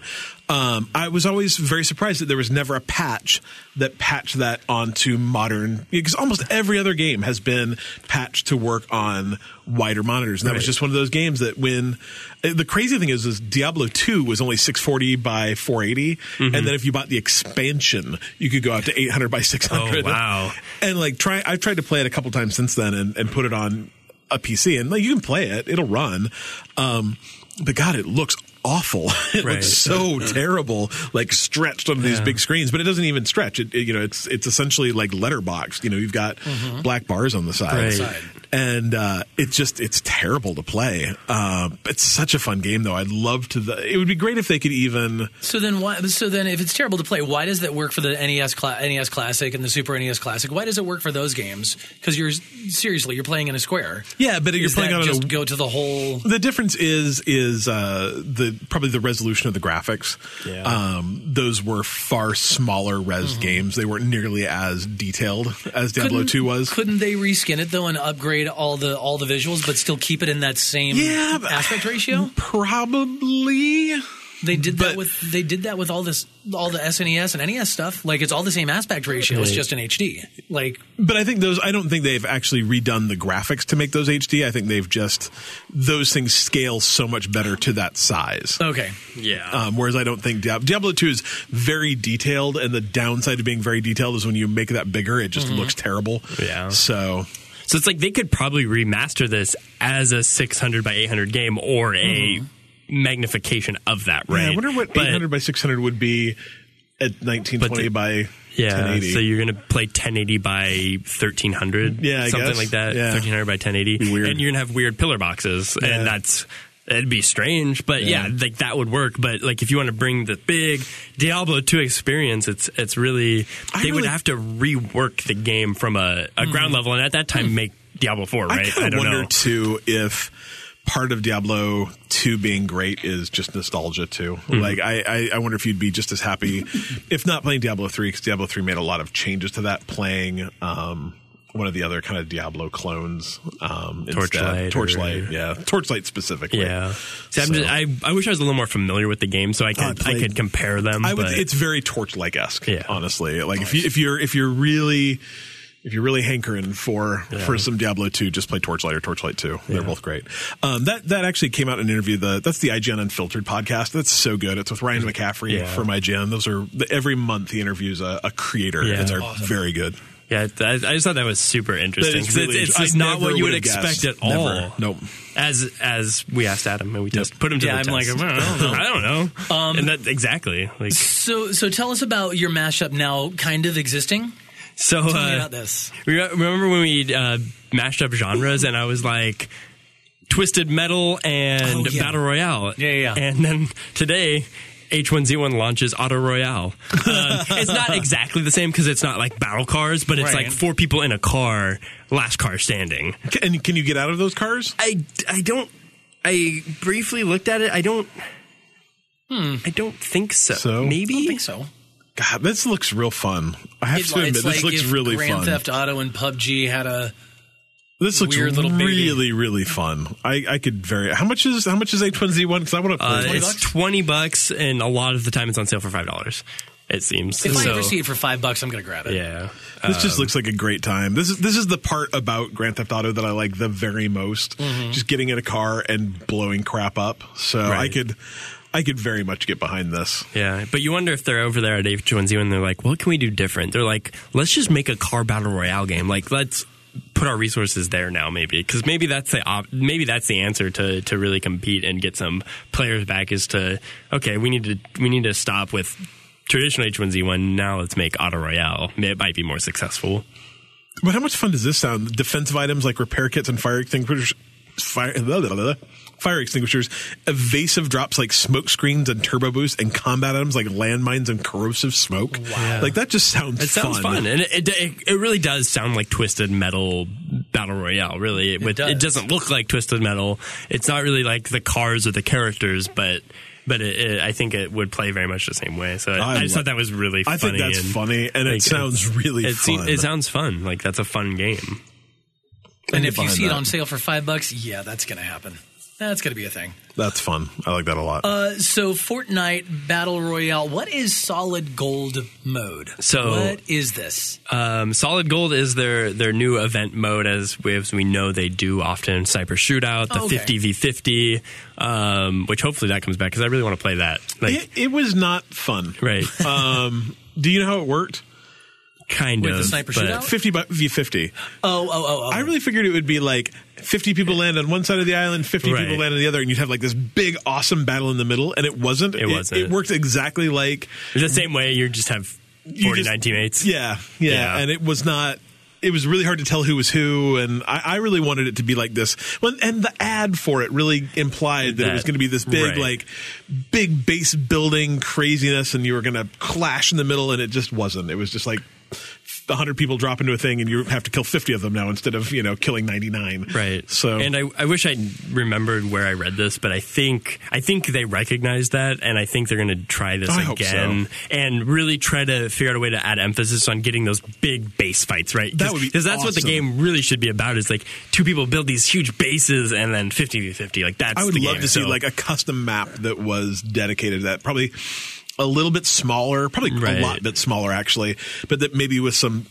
Um, I was always very surprised that there was never a patch that patched that onto modern because almost every other game has been patched to work on wider monitors, and that was Right. just one of those games that when uh, the crazy thing is, is Diablo two was only six forty by four Mm-hmm. and then if you bought the expansion, you could go out to eight hundred by six hundred. Oh, wow. And like try, I've tried to play it a couple times since then, and, and put it on a PC, and like you can play it, it'll run. Um, but God, it looks awful. it Right. looks so terrible, like stretched onto these Yeah. big screens. But it doesn't even Mm-hmm. stretch. It, it- you know, it's it's essentially like letterbox. You know, you've got black bars on the side. Right. Side. and uh, it's just it's terrible to play. Uh, it's such a fun game though. I'd love to. The, it would be great if they could even. So then, why? So then, if it's terrible to play, why does that work for the NES cla- NES Classic and the Super NES Classic? Why does it work for those games? Because you're seriously, you're playing in a square. Yeah, but you're Is playing that on a- just go to the whole. The difference is is uh, the probably the resolution of the graphics. Yeah. Um, those were far smaller res games. They weren't nearly as detailed as Diablo Couldn't- Two was. Couldn't they reskin it though and upgrade all the all the visuals, but still keep it in that same Yeah, but- aspect ratio? Probably. They did that But- with they did that with all this all the SNES and NES stuff. Like it's all the same aspect ratio. It's Right. just in HD. Like But I think those. I don't think they've actually redone the graphics to make those HD. I think they've just those things scale so much better to that size. okay, Yeah. Um, whereas I don't think Diablo, Diablo 2 is very detailed, and the downside of being very detailed is when you make that bigger, it just looks terrible. Yeah. So so it's like they could probably remaster this as a 600 by 800 game or a magnification of that, right? Yeah, I wonder what But- 800 by 600 would be at 1920 the- by Yeah, 1080. so you're gonna play 1080 by 1300, Yeah, I something guess. like that. Yeah. 1300 by 1080, Be weird. and you're gonna have weird pillar boxes, Yeah. and that's it'd be strange, but Yeah. yeah. like that would work. But like if you want to bring the big Diablo 2 experience, it's it's really I they would really- Hmm. have to rework the game from a, a ground level, and at that time make Diablo 4, I right? kinda don't wonder know. too if part of Diablo 2 being great is just nostalgia too. Hmm. Like I, I, I wonder if you'd be just as happy if not playing Diablo 3 because Diablo 3 made a lot of changes to that. Playing um, one of the other kind of Diablo clones, um, instead. Torchlight or- Torchlight, yeah, Torchlight specifically. Yeah, See, I'm So- just- I I wish I was a little more familiar with the game so I I could I, played- could compare them. I would. but- It's very torchlight esque, Yeah. honestly. Like if you if you're if you're really if you're really hankering for for some Diablo two, just play Torchlight or Torchlight two. They're both great. Um, that that actually came out in an interview. The that's the IGN Unfiltered podcast. That's so good. It's with Ryan McCaffrey Yeah. from IGN. Those are the, every month he interviews a, a creator, Yeah. and they're Awesome. very good. Yeah, I, I just thought that was super interesting. That is 'cause really it's, it's inter- just I not never what you would would've guessed. expect at Never. all. Nope. As as we asked Adam and we just put him to Yeah, the I'm like, test. "Well, I don't know." Um, I don't know. and that exactly like so so tell us about your mashup now, kind of existing. so. Tell me Uh, about this. re- remember when we uh, mashed up genres and I was like. Twisted metal and Oh, yeah. battle royale. Yeah, yeah, yeah. And then today, H1Z1 launches Auto Royale. Um, it's not exactly the same because it's not like battle cars, but it's Right. like four people in a car, last car standing. Ca- And can you get out of those cars? I, I don't. I briefly looked at it. I don't. I don't think so. So? Maybe. I don't Hmm. think so. God, this looks real fun. I have to admit, this looks if really Grand fun. Theft Auto and PUBG had a This looks weird little baby. really, really fun. I, I could very. How much is how much is H one Z one? Because I want to play. Uh, this. it's twenty bucks, and a lot of the time it's on sale for five dollars. It seems. if I So, ever see it for five bucks, I'm gonna grab it. yeah. This just looks like a great time. This is this is the part about Grand Theft Auto that I like the very most. Just getting in a car and blowing crap up. So I Mm-hmm. Right. could I could very much get behind this. Yeah, but you wonder if they're over there at H1Z1 and they're like, what can we do different? They're like, let's just make a car battle royale game. Like, let's put our resources there now, maybe. Because maybe that's the op- maybe that's the answer to, to really compete and get some players back is to, okay, we need to, we need to stop with traditional H1Z1. Now let's make auto royale. It might be more successful. But how much fun does this sound? Defensive items like repair kits and fire extinguishers fire blah, blah, blah, blah. Fire extinguishers, evasive drops like smoke screens and turbo boost, and combat items like landmines and corrosive smoke. Wow. Like that just sounds It sounds fun, and it, it it really does sound like twisted metal battle royale. Really, it, with, does. it doesn't look like twisted metal. It's not really like the cars or the characters, but but it, it, I think it would play very much the same way. So I I, I just lo- thought that was really. I funny think that's and, funny, and it like, sounds really It, fun. se- it sounds fun. Like that's a fun game. And if you behind see it that. on sale for five bucks, yeah, that's gonna happen. That's gonna be a thing. that's fun. I like that a lot. Uh, so Fortnite Battle Royale, what is solid gold mode? So- what is this? Um, Solid Gold is their their new event mode, as we, as we know they do often. Cyber Shootout, the Oh, okay. fifty v fifty, um, which hopefully that comes back because I really want to play that. Like, it, it was not fun. right, Um, do you know how it worked? kind With of the sniper but- shootout? 50 bu- v 50. Oh, oh, oh, oh. I really figured it would be like 50 people land on one side of the island, 50 people Right. land on the other, and you'd have like this big, awesome battle in the middle, and it wasn't. It, wasn't. It, worked exactly like. The same way you just have you 49 just- teammates. Yeah, yeah, Yeah. And it was not. it was really hard to tell who was who, and I, I really wanted it to be like this. When, and the ad for it really implied that, it That- was going to be this big, right. like big base building craziness, and you were going to clash in the middle, and it just wasn't. It was just like. 100 people drop into a thing and you have to kill 50 of them now instead of you know killing 99 Right. so and I, I wish I remembered where I read this, but I think I think they recognize that, and I think they're going to try this I hope again and really try to figure out a way to add emphasis on getting those big base fights right. That would be because that's what the awesome. game really should be about. Is like two people build these huge bases and then fifty v fifty. Like that's I would the love game. to see So- like a custom map that was dedicated to that. Probably a little bit smaller, probably a Right. lot bit smaller actually, but that maybe with some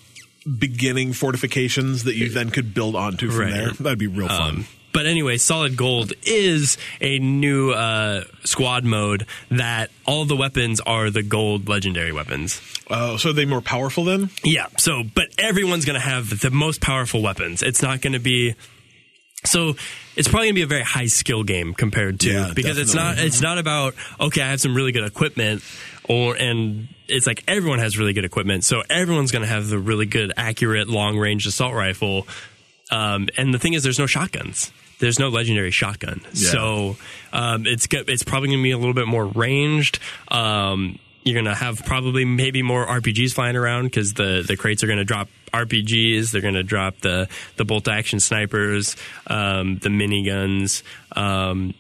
beginning fortifications that you then could build onto from Right. there. That'd be real fun. Um, but anyway, Solid Gold is a new uh, squad mode that all the weapons are the gold legendary weapons. oh, so are they more powerful then? Yeah. So, but everyone's going to have the most powerful weapons. It's not going to be so. It's probably going to be a very high skill game compared to Yeah, because it's not. definitely. It's not about okay, I have some really good equipment, or and it's like everyone has really good equipment, so everyone's going to have the really good, accurate, long range assault rifle. Um, and the thing is, there's no shotguns. There's no legendary shotgun, Yeah. so um, it's go- it's probably going to be a little bit more ranged. Um, you're going to have probably maybe more RPGs flying around because the, the crates are going to drop RPGs. They're going to drop the the bolt action snipers, um, the miniguns. Um,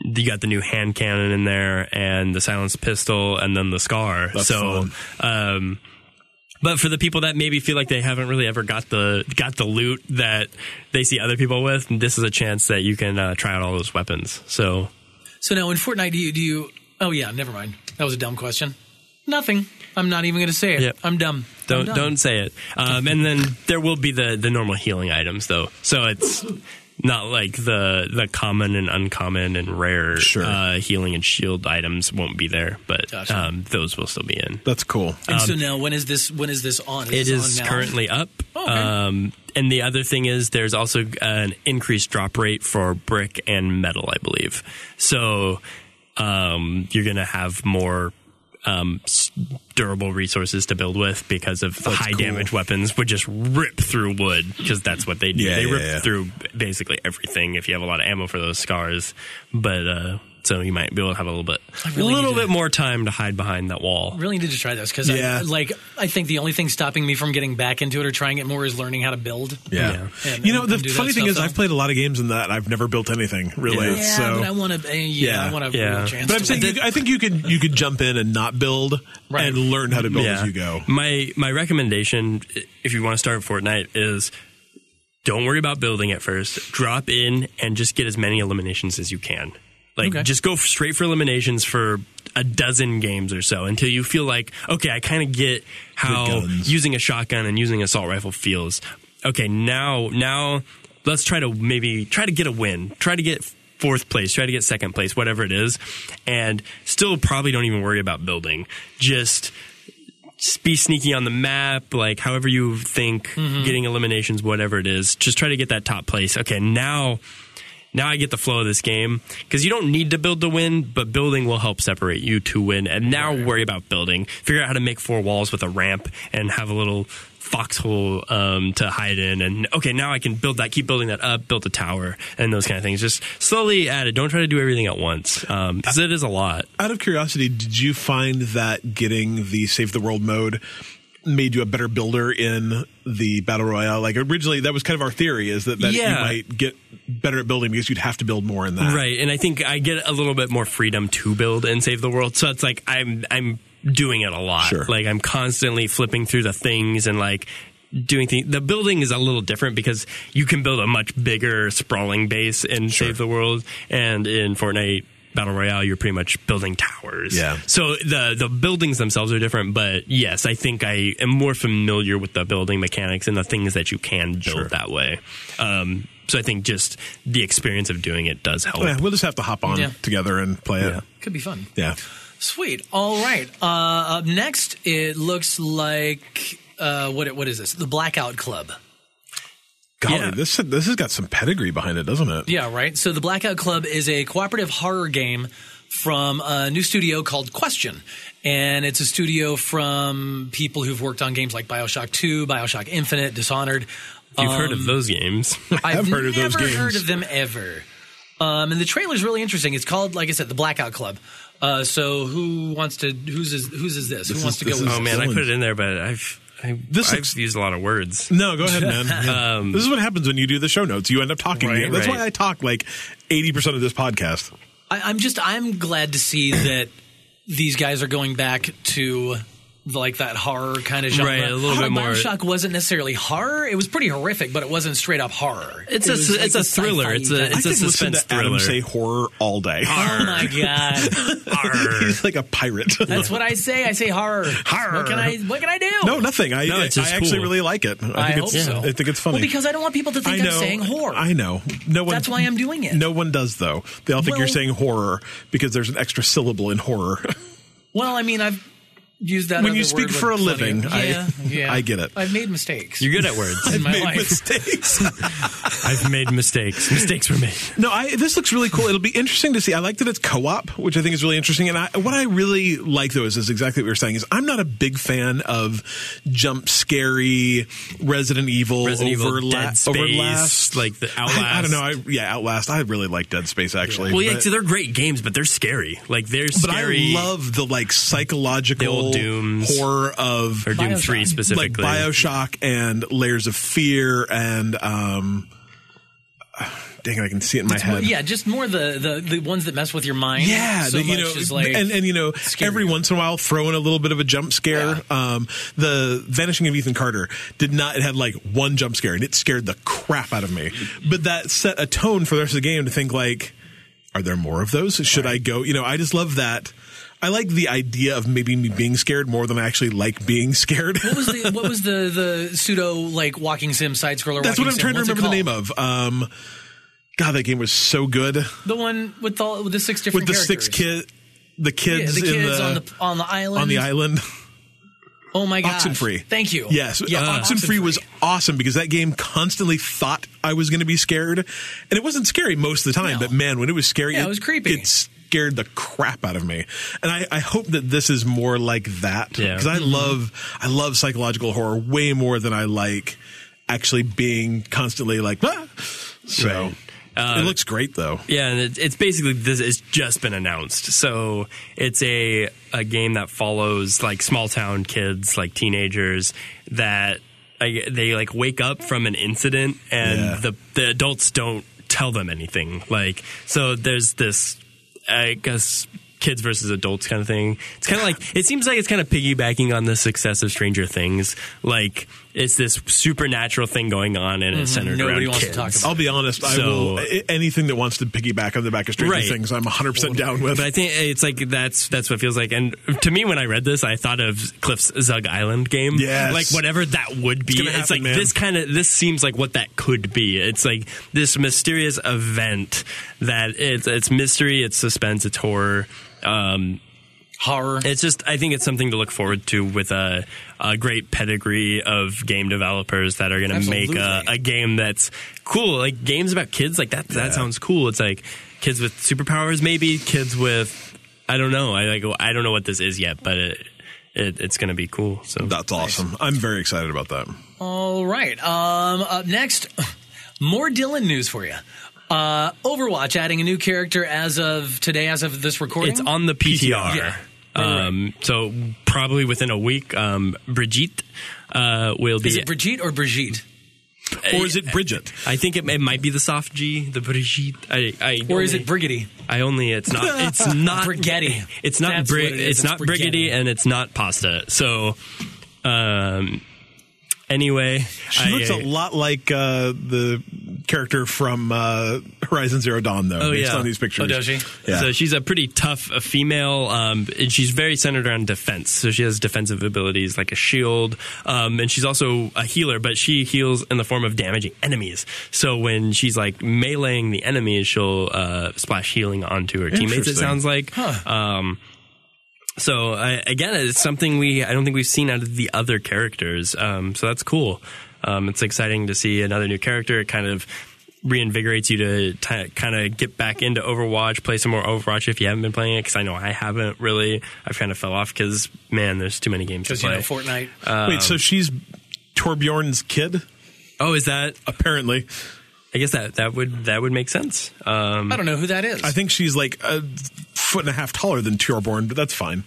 you got the new hand cannon in there, and the silenced pistol, and then the scar. That's so. Um, but for the people that maybe feel like they haven't really ever got the got the loot that they see other people with, this is a chance that you can uh, try out all those weapons. So So now in Fortnite, do you, do you? Oh yeah, never mind. That was a dumb question. Nothing. I'm not even going to say it. Yep. I'm dumb. I'm don't dumb. don't say it. Um, and then there will be the the normal healing items though. So it's not like the the common and uncommon and rare Sure. uh, healing and shield items won't be there, but Gotcha. um, those will still be in. That's cool. And so now, when is this? When is this on? It this is on now? currently up. Oh, okay. um, and the other thing is there's also an increased drop rate for brick and metal, I believe. So um, you're going to have more um, s- durable resources to build with because of the That's high damage cool. weapons would just rip through wood because that's what they do. Yeah, they yeah, rip yeah. through basically everything if you have a lot of ammo for those scars. But uh, so you might be able to have a little bit, really a little need to- bit more time to hide behind that wall. Really need to try this because Yeah. I, like I think the only thing stopping me from getting back into it or trying it more is learning how to build. Yeah. Yeah. You know, And- the and do funny that thing stuff, is I've though. played a lot of games in that and I've never built anything really. Yeah, Yeah, so but I want to. Uh, yeah, Yeah. I want to. Yeah. A chance But I'm to saying you, I think you could you could jump in and not build Right. and learn how to build as you go. My my recommendation, i- if you want to start Fortnite, is don't worry about building at first. Drop in and just get as many eliminations as you can. Like Okay. just go f- straight for eliminations for a dozen games or so until you feel like okay, I kind of get how guns. using a shotgun and using an assault rifle feels. Okay, now now let's try to maybe try to get a win. Try to get fourth place, try to get second place, whatever it is. And still probably don't even worry about building. Just just be sneaky on the map, like however you think, getting eliminations, whatever it is. Just try to get that top place. Okay, now now I get the flow of this game because you don't need to build to win, but building will help separate you to win. And now worry about building. Figure out how to make four walls with a ramp and have a little foxhole um, to hide in. And okay, now I can build that. Keep building that up. Build a tower and those kind of things. Just slowly add it. Don't try to do everything at once because it is a lot. out of curiosity, did you find that getting the save the world mode made you a better builder in the battle royale? Like originally, that was kind of our theory is that, that you Yeah. might get better at building because you'd have to build more in that. Right, and I think I get a little bit more freedom to build and save the world. So it's like I'm I'm doing it a lot. Sure. Like I'm constantly flipping through the things and like doing things. The building is a little different because you can build a much bigger sprawling base in Save the World and in Fortnite Battle Royale you're pretty much building towers. Yeah. So the the buildings themselves are different, but yes, I think I am more familiar with the building mechanics and the things that you can build Sure. that way. Um, so I think just the experience of doing it does help. Yeah, we'll just have to hop on Yeah. together and play it. could be fun. Yeah. Sweet. All right. Uh, up next, it looks like uh, what? What is this? The Blackout Club. Golly, Yeah. this this has got some pedigree behind it, doesn't it? Yeah, right. So the Blackout Club is a cooperative horror game from a new studio called Question. And it's a studio from people who've worked on games like Bioshock 2, Bioshock Infinite, Dishonored. You've heard um, of those games. I've I've heard of never those games. heard of them ever. Um, and the trailer's really interesting. It's called, like I said, the Blackout Club. Uh, so who wants to? Who's is whose is this? Who This wants to is- go? this with is- oh man, I Excellent. put it in there, but I've I, This I've looks- used a lot of words. No, go ahead, man. Yeah. this is what happens when you do the show notes. You end up talking. Um, Right, again. That's right. why I talk like eighty percent of this podcast. I, I'm just I'm glad to see that these guys are going back to like that horror kind of genre. Right, a little Although bit more- Bioshock wasn't necessarily horror. It was pretty horrific, but it wasn't straight up horror. It's It a was s- it's the a thriller. sci-fi It's a- kind it's of- I a could listen suspense to Adam thriller. say horror all day. oh my god, Arr. He's like a pirate. that's what I say. I say horror. Horror. What can I What can I do? no, nothing. I, No, I, it's just actually cool. really like it. I, I think it's, hope so. I think it's funny. Well, because I don't want people to think I know. I'm saying horror. I know. No one. That's why I'm doing it. No one does though. They all think you're Well- saying horror because there's an extra syllable in horror. Well, I mean, I've used that when other you speak word for a with plenty living, of- I yeah, yeah. I get it. I've made mistakes. You're good at words. in my Made life. mistakes. I've made mistakes. Mistakes were made. No, I, this looks really cool. It'll be interesting to see. I like that it's co-op, which I think is really interesting. And I, what I really like, though, is, is exactly what you were saying. Is I'm not a big fan of jump scary Resident Evil Resident Evil, over, la- Dead Space, Outlast. like the I, I don't know. Outlast. I, yeah, Outlast. I really like Dead Space actually. Well, yeah, but, so they're great games, but they're scary. Like they're but scary. I love the like The psychological old Dooms. horror of or Doom Bioshock. Three like specifically. Bioshock and Layers of Fear and um, dang it, I can see it in my Well, head. yeah, just more the, the the ones that mess with your mind. Yeah, so the- you much know, is like and and you know, every once in a while, throw in a little bit of a jump scare. Um, the Vanishing of Ethan Carter did not. It had like one jump scare, and it scared the crap out of me. But that set a tone for the rest of the game to think like, are there more of those? Should I go? You know, I just love that. I like the idea of maybe me being scared more than I actually like being scared. what was the what was the the pseudo like walking sim side scroller? That's what I'm trying to remember the name of. Um, God, that game was so good The one with all with the six different with the six characters. kid, the Yeah, kids, the kids in the, on the on the island. on the island. Oh my god. Oxenfree. Thank you. Yes, Yeah, uh, Oxenfree was awesome because that game constantly thought I was going to be scared, and it wasn't scary most of the time. No. But man, when it was scary, Yeah, it was creepy. It scared the crap out of me, and I, I hope that this is more like that Yeah. because I love I love psychological horror way more than I like actually being constantly like. Ah! So Right. it looks great though. Yeah, and it, it's basically this. It's just been announced, so it's a a game that follows like small town kids, like teenagers that I, they like wake up from an incident, and Yeah. the the adults don't tell them anything. Like, so there's this, I guess. Kids versus adults kind of thing. It's kind of like it seems like it's kind of piggybacking on the success of Stranger Things. Like it's this supernatural thing going on, and it's centered Mm-hmm. Nobody around wants to kids. talk about I'll be honest. I So- will a- anything that wants to piggyback on the back of Stranger Right. Things. I'm 100 percent down with. But I think it's like that's that's what it feels like. And to me, when I read this, I thought of Cliff's Zug Island game. Yes. like whatever that would be. It's It's, gonna happen, like man. this kind of this seems like what that could be. It's like this mysterious event that it's it's mystery, it's suspense, it's horror. Um, Oh. horror. it's just I think it's something to look forward to with a, a great pedigree of game developers that are going to make a, Absolutely. a game that's cool. Like games about kids, like that that sounds cool. It's like kids with superpowers, maybe kids with I don't know. I like I don't know what this is yet, but it, it it's going to be cool. So That's awesome. I'm very excited about that. All right. Um, up next, more Dylan news for you. Uh, Overwatch adding a new character as of today, as of this recording. it's on the PTR. Yeah. Um, so probably within a week, um, Brigitte uh, will be. Is it Brigitte or Brigitte? Or is it Bridget? I think it, it might be the soft G, the Brigitte. I, I Or is it only- Brigitte? I only it's not it's not Brigetti. It's not That's bri- what it is. it's, It's not brigetti. brigetti and it's not pasta. So um anyway, She looks a lot like uh, the character from uh, Horizon Zero Dawn, though, based on these pictures. Oh, does she? Yeah. So she's a pretty tough uh, female, um, and she's very centered around defense. So she has defensive abilities like a shield, um, and she's also a healer, but she heals in the form of damaging enemies. So when she's like meleeing the enemies, she'll uh, splash healing onto her teammates. Interesting. It sounds like. Um, so I, again, it's something we I don't think we've seen out of the other characters. Um, so that's cool. Um, it's exciting to see another new character. It kind of reinvigorates you to t- kind of get back into Overwatch, play some more Overwatch if you haven't been playing it. Because I know I haven't really. I've kind of fell off because man, there's too many games to Because you play. know Fortnite. Wait, so she's Torbjorn's kid, oh, is that? apparently. I guess that that would that would make sense. Um, I don't know who that is. I think she's like a foot and a half taller than Torbjorn, but that's fine.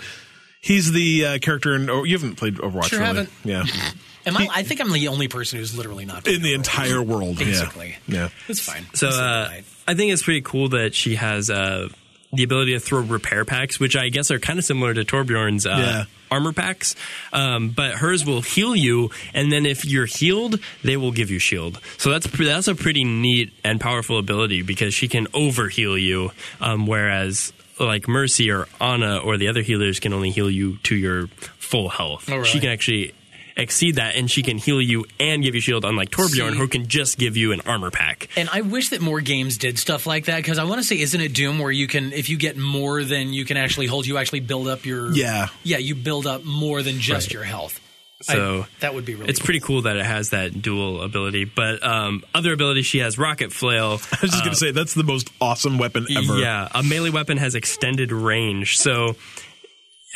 He's the uh, character in. Oh, you haven't played Overwatch, Sure really. haven't. Yeah, Am I, I think I'm the only person who's literally not in the entire world, yeah. Basically. Yeah, It's fine. So It's uh, Fortnite. I think it's pretty cool that she has uh, the ability to throw repair packs, which I guess are kind of similar to Torbjorn's uh, Yeah. armor packs. Um, but hers will heal you, and then if you're healed, they will give you shield. So that's pre- that's a pretty neat and powerful ability because she can over heal you, um, whereas like Mercy or Anna or the other healers can only heal you to your full health. Oh, She really? can actually. Exceed that, and she can heal you and give you shield, unlike Torbjorn, See- who can just give you an armor pack. And I wish that more games did stuff like that because I want to say, isn't it Doom where you can, if you get more than you can actually hold, you actually build up your. Yeah. Yeah, you build up more than just your health. I- So, that would be really. It's pretty cool that it has that dual ability, but um, other ability she has rocket flail. I was just gonna say that's the most awesome weapon ever. Yeah, a melee weapon has extended range, so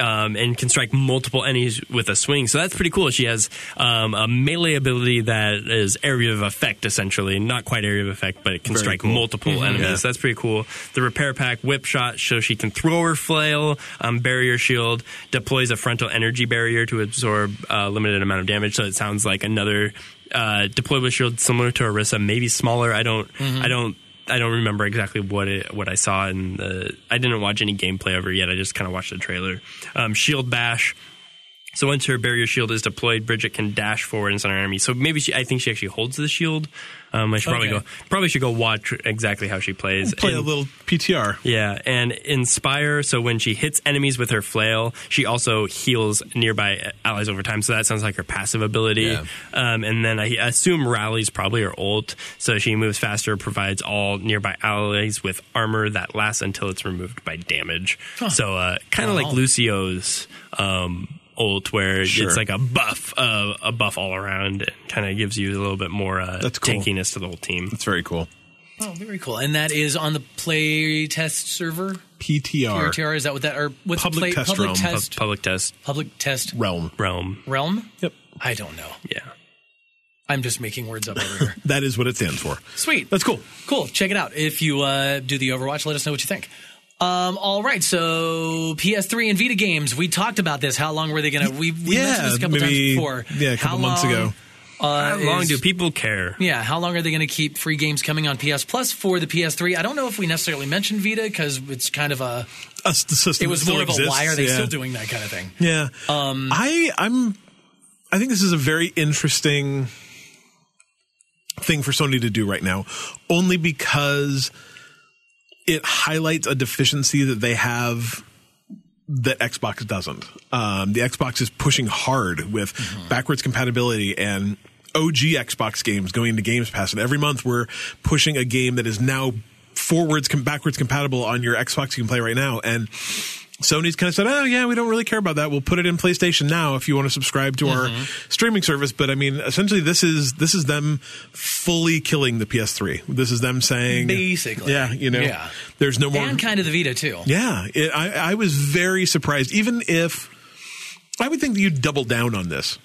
um, and can strike multiple enemies with a swing. So that's pretty cool. She has um, a melee ability that is area of effect, essentially not quite area of effect, but it can Very strike cool. multiple enemies. Yeah. So that's pretty cool. The repair pack whip shot, so she can throw her flail, um, barrier shield, deploys a frontal energy barrier to absorb a limited amount of damage. So it sounds like another uh, deployable shield similar to Orisa, maybe smaller. I don't, I don't. I don't remember exactly what it, what I saw in the. I didn't watch any gameplay over it yet. I just kind of watched the trailer. Um, shield bash, so once her barrier shield is deployed, Bridget can dash forward and center enemy. So maybe she, I think she actually holds the shield. Um, I should probably Okay. go. Probably should go watch exactly how she plays. play a And- little PTR. yeah, and inspire. So when she hits enemies with her flail, she also heals nearby allies over time. So that sounds like her passive ability. Yeah. Um, and then I assume rallies probably her ult. So she moves faster, provides all nearby allies with armor that lasts until it's removed by damage. So uh, kind of Wow. like Lucio's. Um, ult where Sure. it's like a buff uh, a buff all around and kind of gives you a little bit more uh, That's cool. tankiness to the whole team That's very cool. Oh, very cool. And that is on the play test server. PTR PRTR is that what that or what's Public play, test public realm. Pub- test public test public test realm. realm realm? Yep, I don't know. yeah I'm just making words up over here. that is what it stands for. Sweet. That's cool. Cool. Check it out. If you uh, do the Overwatch, let us know what you think. Um, all right, so PS3 and Vita games. We talked about this. How long were they going to? We, we mentioned this a couple times maybe- before. Yeah, a couple How months long, ago. Uh, How long is- do people care? Yeah, how long are they going to keep free games coming on PS Plus for the PS3? I don't know if we necessarily mentioned Vita because it's kind of a. Us, the system It was still more of a exists. why are they yeah. still doing that kind of thing? Yeah. Um, I I'm I think this is a very interesting thing for Sony to do right now, only because it highlights a deficiency that they have that Xbox doesn't. Um, the Xbox is pushing hard with backwards compatibility and OG Xbox games going into Games Pass, and every month we're pushing a game that is now forwards com- backwards compatible on your Xbox you can play right now, and Sony's kind of said, "Oh yeah, we don't really care about that. We'll put it in PlayStation now if you want to subscribe to our streaming service." But I mean, essentially, this is this is them fully killing the PS3. This is them saying, Basically. yeah, you know, Yeah. there's no more And kind of the Vita too. yeah, it, I, I was very surprised. Even if I would think that you'd double down on this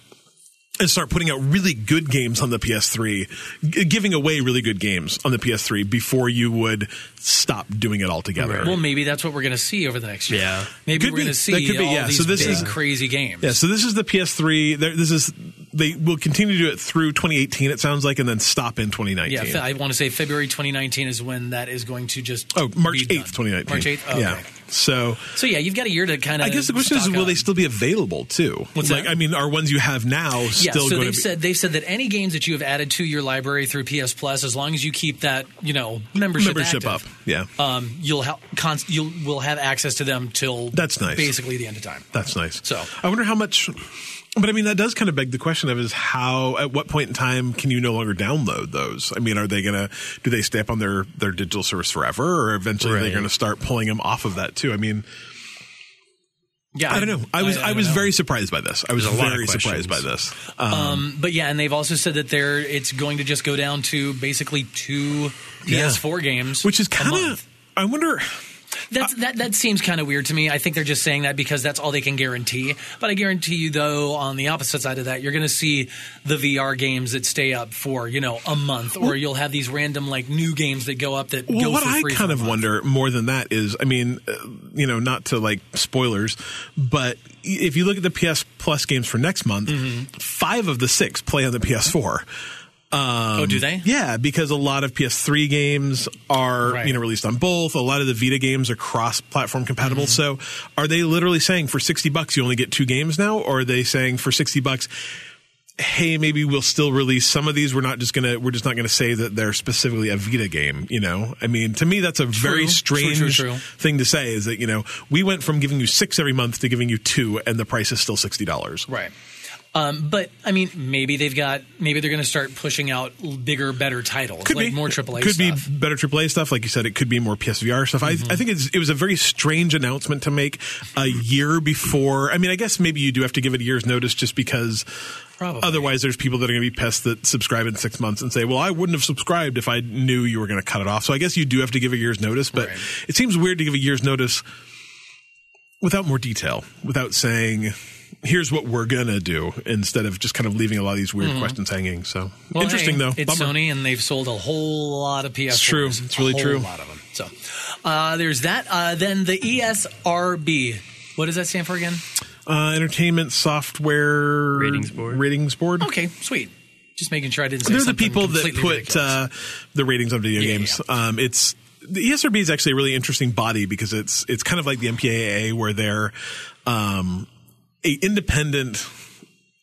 and start putting out really good games on the PS3, g- giving away really good games on the PS3 before you would stop doing it altogether. Well, maybe that's what we're going to see over the next year. Yeah. maybe Could we're going be. to see That could be, all yeah. these So this big is- crazy games. Yeah, so this is the PS3. There, this is they will continue to do it through 2018. It sounds like, and then stop in 2019. Yeah, fe- I want to say February 2019 is when that is going to just. oh, March be done. 8th, 2019. March 8th. Okay. Yeah. So So yeah, you've got a year to kind of. I guess the question is, will they still be available too? What's like, that? I mean, are ones you have now Yeah, still so going they've to be? said they've said that any games that you have added to your library through PS Plus, as long as you keep that you know membership, membership up. active, Yeah, um, you'll ha- const- you'll will have access to them till That's nice. basically the end of time. that's nice. so- I wonder how much. But I mean, that does kind of beg the question of is how at what point in time can you no longer download those? I mean, are they going to do they stay up on their their digital service forever, or eventually they're Right. going to start pulling them off of that too? I mean, Yeah, I don't know. I was I, don't was know. very surprised by this. I was There's a lot of very surprised by this. Um, but yeah, and they've also said that they're it's going to just go down to basically two PS4 games, Which is a kind month. of I wonder That's, that that seems kind of weird to me. I think they're just saying that because that's all they can guarantee. But I guarantee you, though, on the opposite side of that, you're going to see the VR games that stay up for you know a month, or you'll have these random like new games that go up that well, go what for I free for kind a of month. wonder more than that is, I mean, uh, you know, not to like spoilers, but i- if you look at the PS Plus games for next month, five of the six play on the PS4. oh, do they? um, Yeah, because a lot of PS3 games are Right. you know released on both. A lot of the Vita games are cross-platform compatible. Mm-hmm. So, are they literally saying for sixty bucks you only get two games now, or are they saying for sixty bucks? Hey, maybe we'll still release some of these. We're not just gonna. We're just not gonna say that they're specifically a Vita game. You know, I mean, to me, that's a very True, true, strange true, true. thing to say. Is that you know we went from giving you six every month to giving you two, and the price is still sixty dollars. Right. Um, but I mean, maybe they've got maybe they're going to start pushing out l- bigger, better titles, like more AAA Could stuff. Mm-hmm. be better AAA stuff, like you said. It could be more PSVR stuff. I, I think it's, it was a very strange announcement to make a year before. I mean, I guess maybe you do have to give it a year's notice, just because. Probably. Otherwise, there's people that are going to be pissed that subscribe in six months and say, "Well, I wouldn't have subscribed if I knew you were going to cut it off." So I guess you do have to give a year's notice, but Right. it seems weird to give a year's notice without more detail, without saying. Here's what we're gonna do instead of just kind of leaving a lot of these weird questions hanging. So Mm-hmm. Well, interesting hey, though. It's Bummer. Sony, and they've sold a whole lot of PS. It's true. It's really true. A whole lot of them. So uh, there's that. Uh, then the ESRB. What does that stand for again? Uh, entertainment software Ratings board. Ratings board. Okay, sweet. Just making sure I didn't. Say They're the something people that completely put ridiculous. uh, the ratings on video Yeah, yeah, games. Um, it's the ESRB is actually a really interesting body because it's it's kind of like the MPAA where they're um, a independent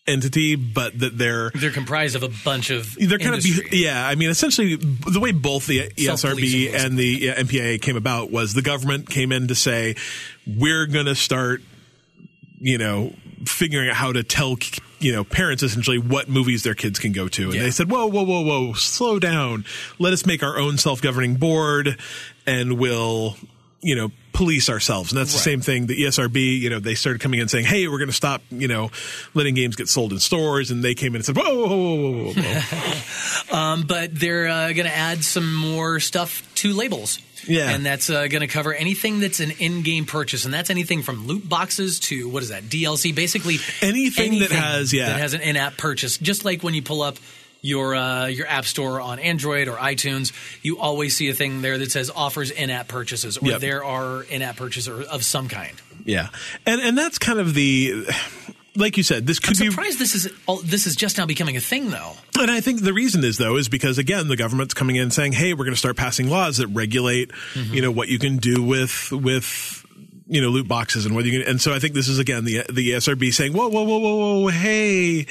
entity, but that they're They're comprised of a bunch of. they're kind industry. of be- yeah i mean essentially the way both the Self-policing, esrb basically. and the uh, mpaa came about was the government came in to say we're going to start you know figuring out how to tell you know parents essentially what movies their kids can go to and Yeah. they said whoa whoa whoa whoa slow down let us make our own self-governing board and we'll you know police ourselves and that's the Right. same thing the esrb you know they started coming in saying hey we're going to stop you know letting games get sold in stores and they came in and said whoa whoa whoa whoa whoa, whoa. but they're uh, going to add some more stuff to labels. Yeah. And that's uh, going to cover anything that's an in game purchase. And that's anything from loot boxes to what is that, DLC? Basically, Anything that has- yeah. that has an in app purchase. Just like when you pull up your uh, your app store on Android or iTunes, you always see a thing there that says offers in app purchases or Yep. there are in app purchases of some kind. Yeah, and and that's kind of the like you said. This could be, Surprised this is all, this is just now becoming a thing though. and I think the reason is though is because again the government's coming in saying, hey, we're going to start passing laws that regulate, Mm-hmm. you know, what you can do with with you know loot boxes and whether you can. And so I think this is again the the ESRB saying, whoa, whoa, whoa, whoa, whoa, hey.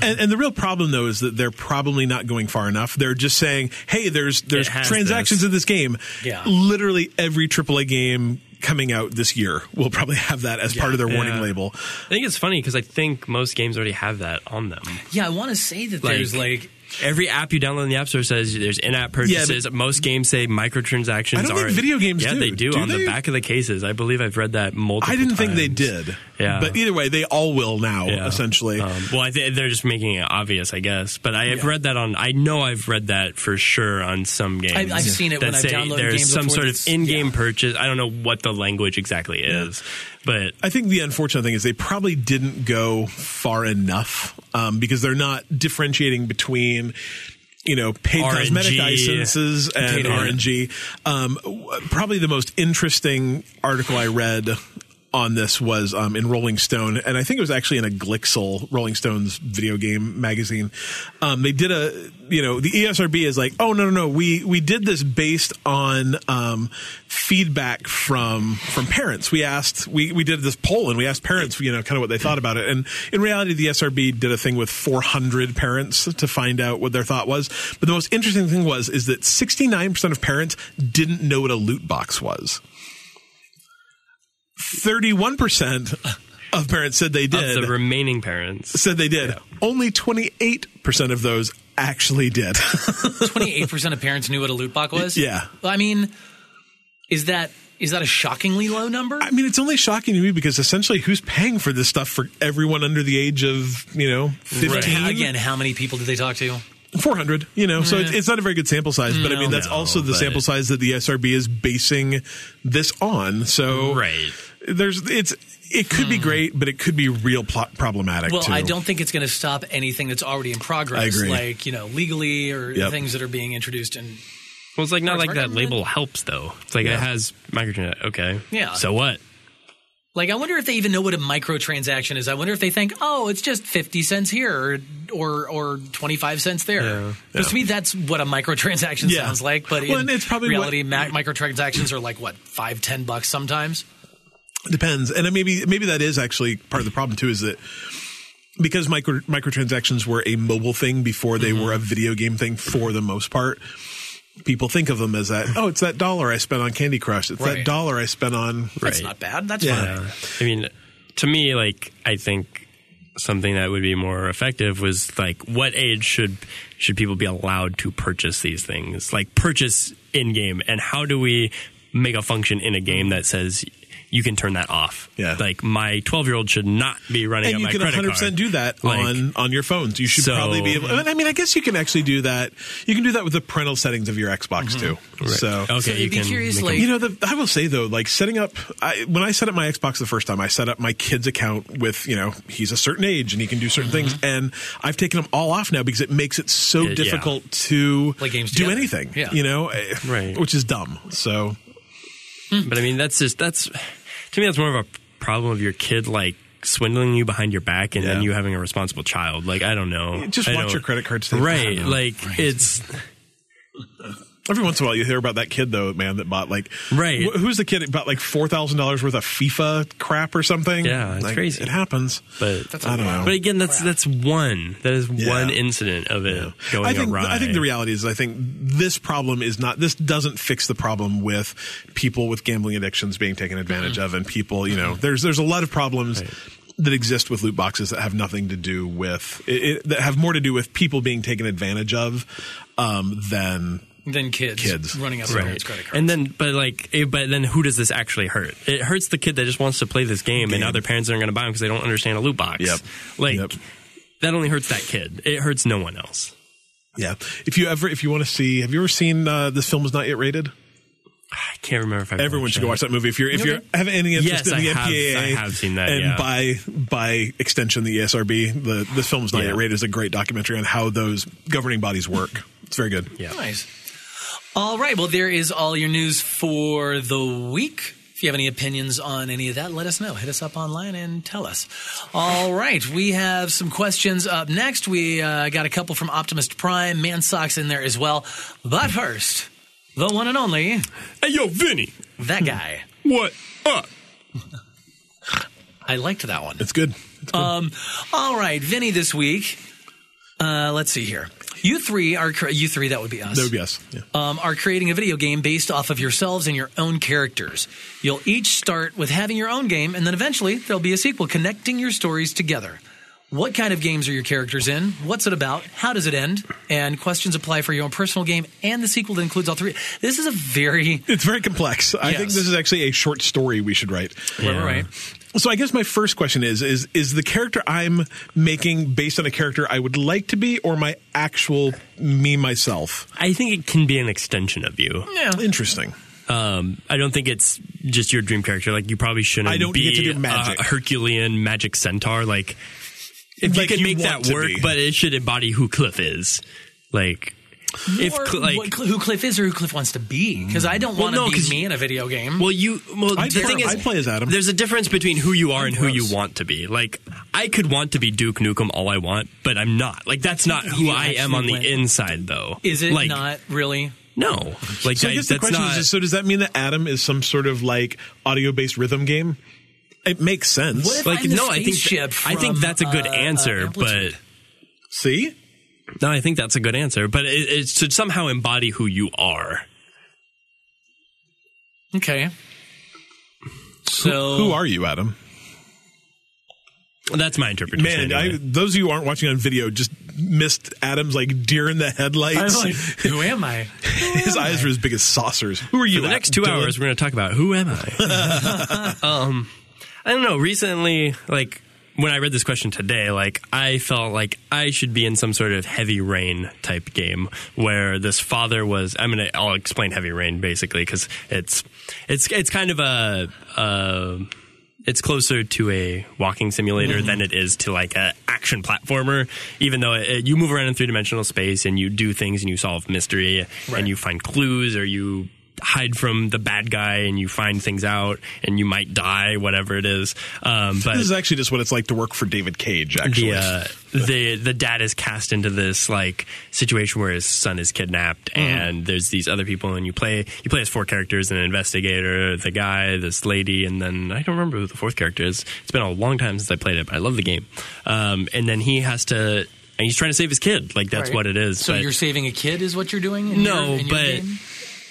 and, and the real problem though is that they're probably not going far enough. They're just saying, hey, there's there's has transactions this. in this game. Yeah. literally every AAA game coming out this year will probably have that as part of their warning Yeah. label. I think it's funny because I think most games already have that on them. Yeah, I want to say that Like- there's like Every app you download in the App Store says there's in-app purchases. most games say microtransactions. I don't are, think video games Yeah, do. they do, Do on they? the back of the cases. I believe I've read that multiple. I didn't think they times. did. Yeah. But either way, they all will now, Yeah. essentially. Um, well, I th- they're just making it obvious, I guess. But I have read that on. I know I've read that for sure on some games. I've seen it that when I've say downloaded there's games some before sort of that's- in-game yeah. purchase. I don't know what the language exactly is, but I think the unfortunate thing is they probably didn't go far enough um, because they're not differentiating between. You know, paid RNG. cosmetic licenses and Paid RNG. Um, w- probably the most interesting article I read on this was um, in Rolling Stone, and I think it was actually in a Glixel, Rolling Stone's video game magazine. Um, they did a, you know, the ESRB is like, oh no no no, we we did this based on um, feedback from from parents. We asked, we we did this poll and we asked parents, you know, kind of what they thought about it. And in reality, the SRB did a thing with 400 parents to find out what their thought was. But the most interesting thing was is that 69% of parents didn't know what a loot box was. 31% of parents said they of did. the remaining parents. said they did. Only 28% of those actually did. Twenty-eight percent of parents knew what a loot box was. Yeah. Well, I mean, Is that is that a shockingly low number? I mean, it's only shocking to me because essentially, who's paying for this stuff for everyone under the age of you know But fifteen? how- again, how many people did they talk to? four hundred. You know, so Yeah. it's, it's not a very good sample size. But I mean, that's No, also the but- sample size that the SRB is basing this on. So Right. there's it's it could be great, but it could be real pl- problematic. Well, too. I don't think it's going to stop anything that's already in progress, I agree. like you know, legally or Yep. things that are being introduced. And Well, it's like not Parts like of our that label helps though. It's like Yeah. it has microchip. Okay. Yeah. So what? like, I wonder if they even know what a microtransaction is. I wonder if they think, oh, it's just fifty cents here or or, or twenty five cents there. Because to me, that's what a microtransaction Yeah. sounds like. But Well, in and it's probably what- reality, ma- microtransactions are like what five, ten bucks sometimes. depends and then maybe maybe that is actually part of the problem too is that because micro microtransactions were a mobile thing before they Mm-hmm. were a video game thing for the most part people think of them as that oh it's that dollar i spent on candy crush it's that Right. dollar i spent on That's not bad. That's Yeah. fine. I mean, to me, like I think something that would be more effective was like what age should should people be allowed to purchase these things? Like purchase in game, and how do we make a function in a game that says you can turn that off? Yeah. Like my twelve year old should not be running and up you my can credit 100% card. do that Like, on on your phones you should So- probably be able i mean i guess you can actually do that you can do that with the parental settings of your xbox too Mm-hmm. Right. so okay, So you it'd be can curious, make a- like- You know, the, I will say though, like setting up, I, when I set up my Xbox the first time, I set up my kid's account with, you know, he's a certain age and he can do certain things. And I've taken them all off now because it makes it so Mm-hmm. Yeah. difficult to Play games do together. anything, Yeah. you know, eh, Right. which is dumb. So But I mean, that's just that's to me that's more of a problem of your kid like swindling you behind your back and then Yeah. you having a responsible child. Like I don't know. Just I watch don't- your credit card statement. I Right. don't know. Like it's every once in a while you hear about that kid though, man, that bought like, Right. wh- who's the kid that bought like $4,000 worth of FIFA crap or something? Yeah, it's Like, crazy. It happens. but That's I don't know. but again that's that's one. That is Yeah. one incident of it going I think, awry. I think the reality is, I think this problem is not, this doesn't fix the problem with people with gambling addictions being taken advantage Mm-hmm. of and people, you know, there's, there's a lot of problems that exist with loot boxes that have nothing to do with, it, it, that have more to do with people being taken advantage of um, than, Then kids, Kids. running up Right. parents' credit cards. And then, but like, eh, but then who does this actually hurt? It hurts the kid that just wants to play this game, Game. and other parents aren't going to buy them because they don't understand a loot box. Yep. Like, Yep. that only hurts that kid. It hurts no one else. yeah. If you ever, if you want to see, have you ever seen uh, this film is not yet rated? I can't remember if I've Everyone watched should go it. watch that movie if you're if you have any Yes, interest in I the have- MPAA. I have seen that, and yeah. by by extension, the E ESRB. The this film's not Yeah. yet rated is a great documentary on how those governing bodies work. It's very good. Yeah. Nice. All right. Well, there is all your news for the week. If you have any opinions on any of that, let us know. Hit us up online and tell us. All right. We have some questions up next. We uh, got a couple from Optimist Prime, Man Socks in there as well. But first, the one and only, Hey, yo, Vinny, Hmm. that guy. what up? I liked that one. It's good. It's good. Uh, All right, Vinny, this week. Uh, let's see here. You three are cre- you three. That would be us. that would be us. Yeah. um, are creating a video game based off of yourselves and your own characters. You'll each start with having your own game, and then eventually there'll be a sequel connecting your stories together. What kind of games are your characters in? What's it about? How does it end? And questions apply for your own personal game and the sequel that includes all three. This is a very It's very complex. I think Yes. this is actually a short story we should write. right. So I guess my first question is is is the character I'm making based on a character I would like to be or my actual me myself? I think it can be an extension of you. Yeah. Interesting. Um, I don't think it's just your dream character. Like you probably shouldn't. I don't be get to do magic. A Herculean magic centaur. Like if Like you can you make want that to work, be. but it should embody who Cliff is. Like if Or Cl- like what Cl- who Cliff is or who Cliff wants to be, because I don't Well, want to no, be 'cause- me in a video game. Well, you. Well, I'd the play- thing is, I'd play as Adam. There's a difference between who you are and who you want to be. Like, I could want to be Duke Nukem all I want, but I'm not. Like, that's not who You I am actually on the went- inside, though. is it like, not really? No. Like, So I I- guess the that's question not. is: just, So does that mean that Adam is some sort of like audio-based rhythm game? It makes sense. What if- like, I'm the no, I think spaceship I think from, that's a good uh, uh, answer, but Amplitude. See, no, I think that's a good answer, but it, it should somehow embody who you are. Okay. So Oh. who are you, Adam? That's my interpretation. Man, I, anyway. those of you who aren't watching on video just missed Adam's like deer in the I'm headlights. like, who am I? His eyes were as big as saucers. Who are you? For the Ad- next two Dylan? hours, we're going to talk about who am I. um, I don't know. Recently, like when I read this question today, like I felt like I should be in some sort of heavy rain type game where this father was. I'm going to. I'll explain heavy rain basically because it's it's it's kind of a. a it's closer to a walking simulator Mm-hmm. than it is to like an action platformer. Even though it, it- you move around in three dimensional space and you do things and you solve mystery and you find clues or you hide from the bad guy and you find things out and you might die, whatever it is. Um, but This is actually just what it's like to work for David Cage. Actually, the uh, the the dad is cast into this like situation where his son is kidnapped, Mm-hmm. and there's these other people, and you play you play as four characters: an investigator, the guy, this lady, and then I don't remember who the fourth character is. It's been a long time since I played it, but I love the game. Um, and then he has to. And he's trying to save his kid. Like that's Right. what it is. So but- you're saving a kid is what you're doing? in No, your- in your but- game?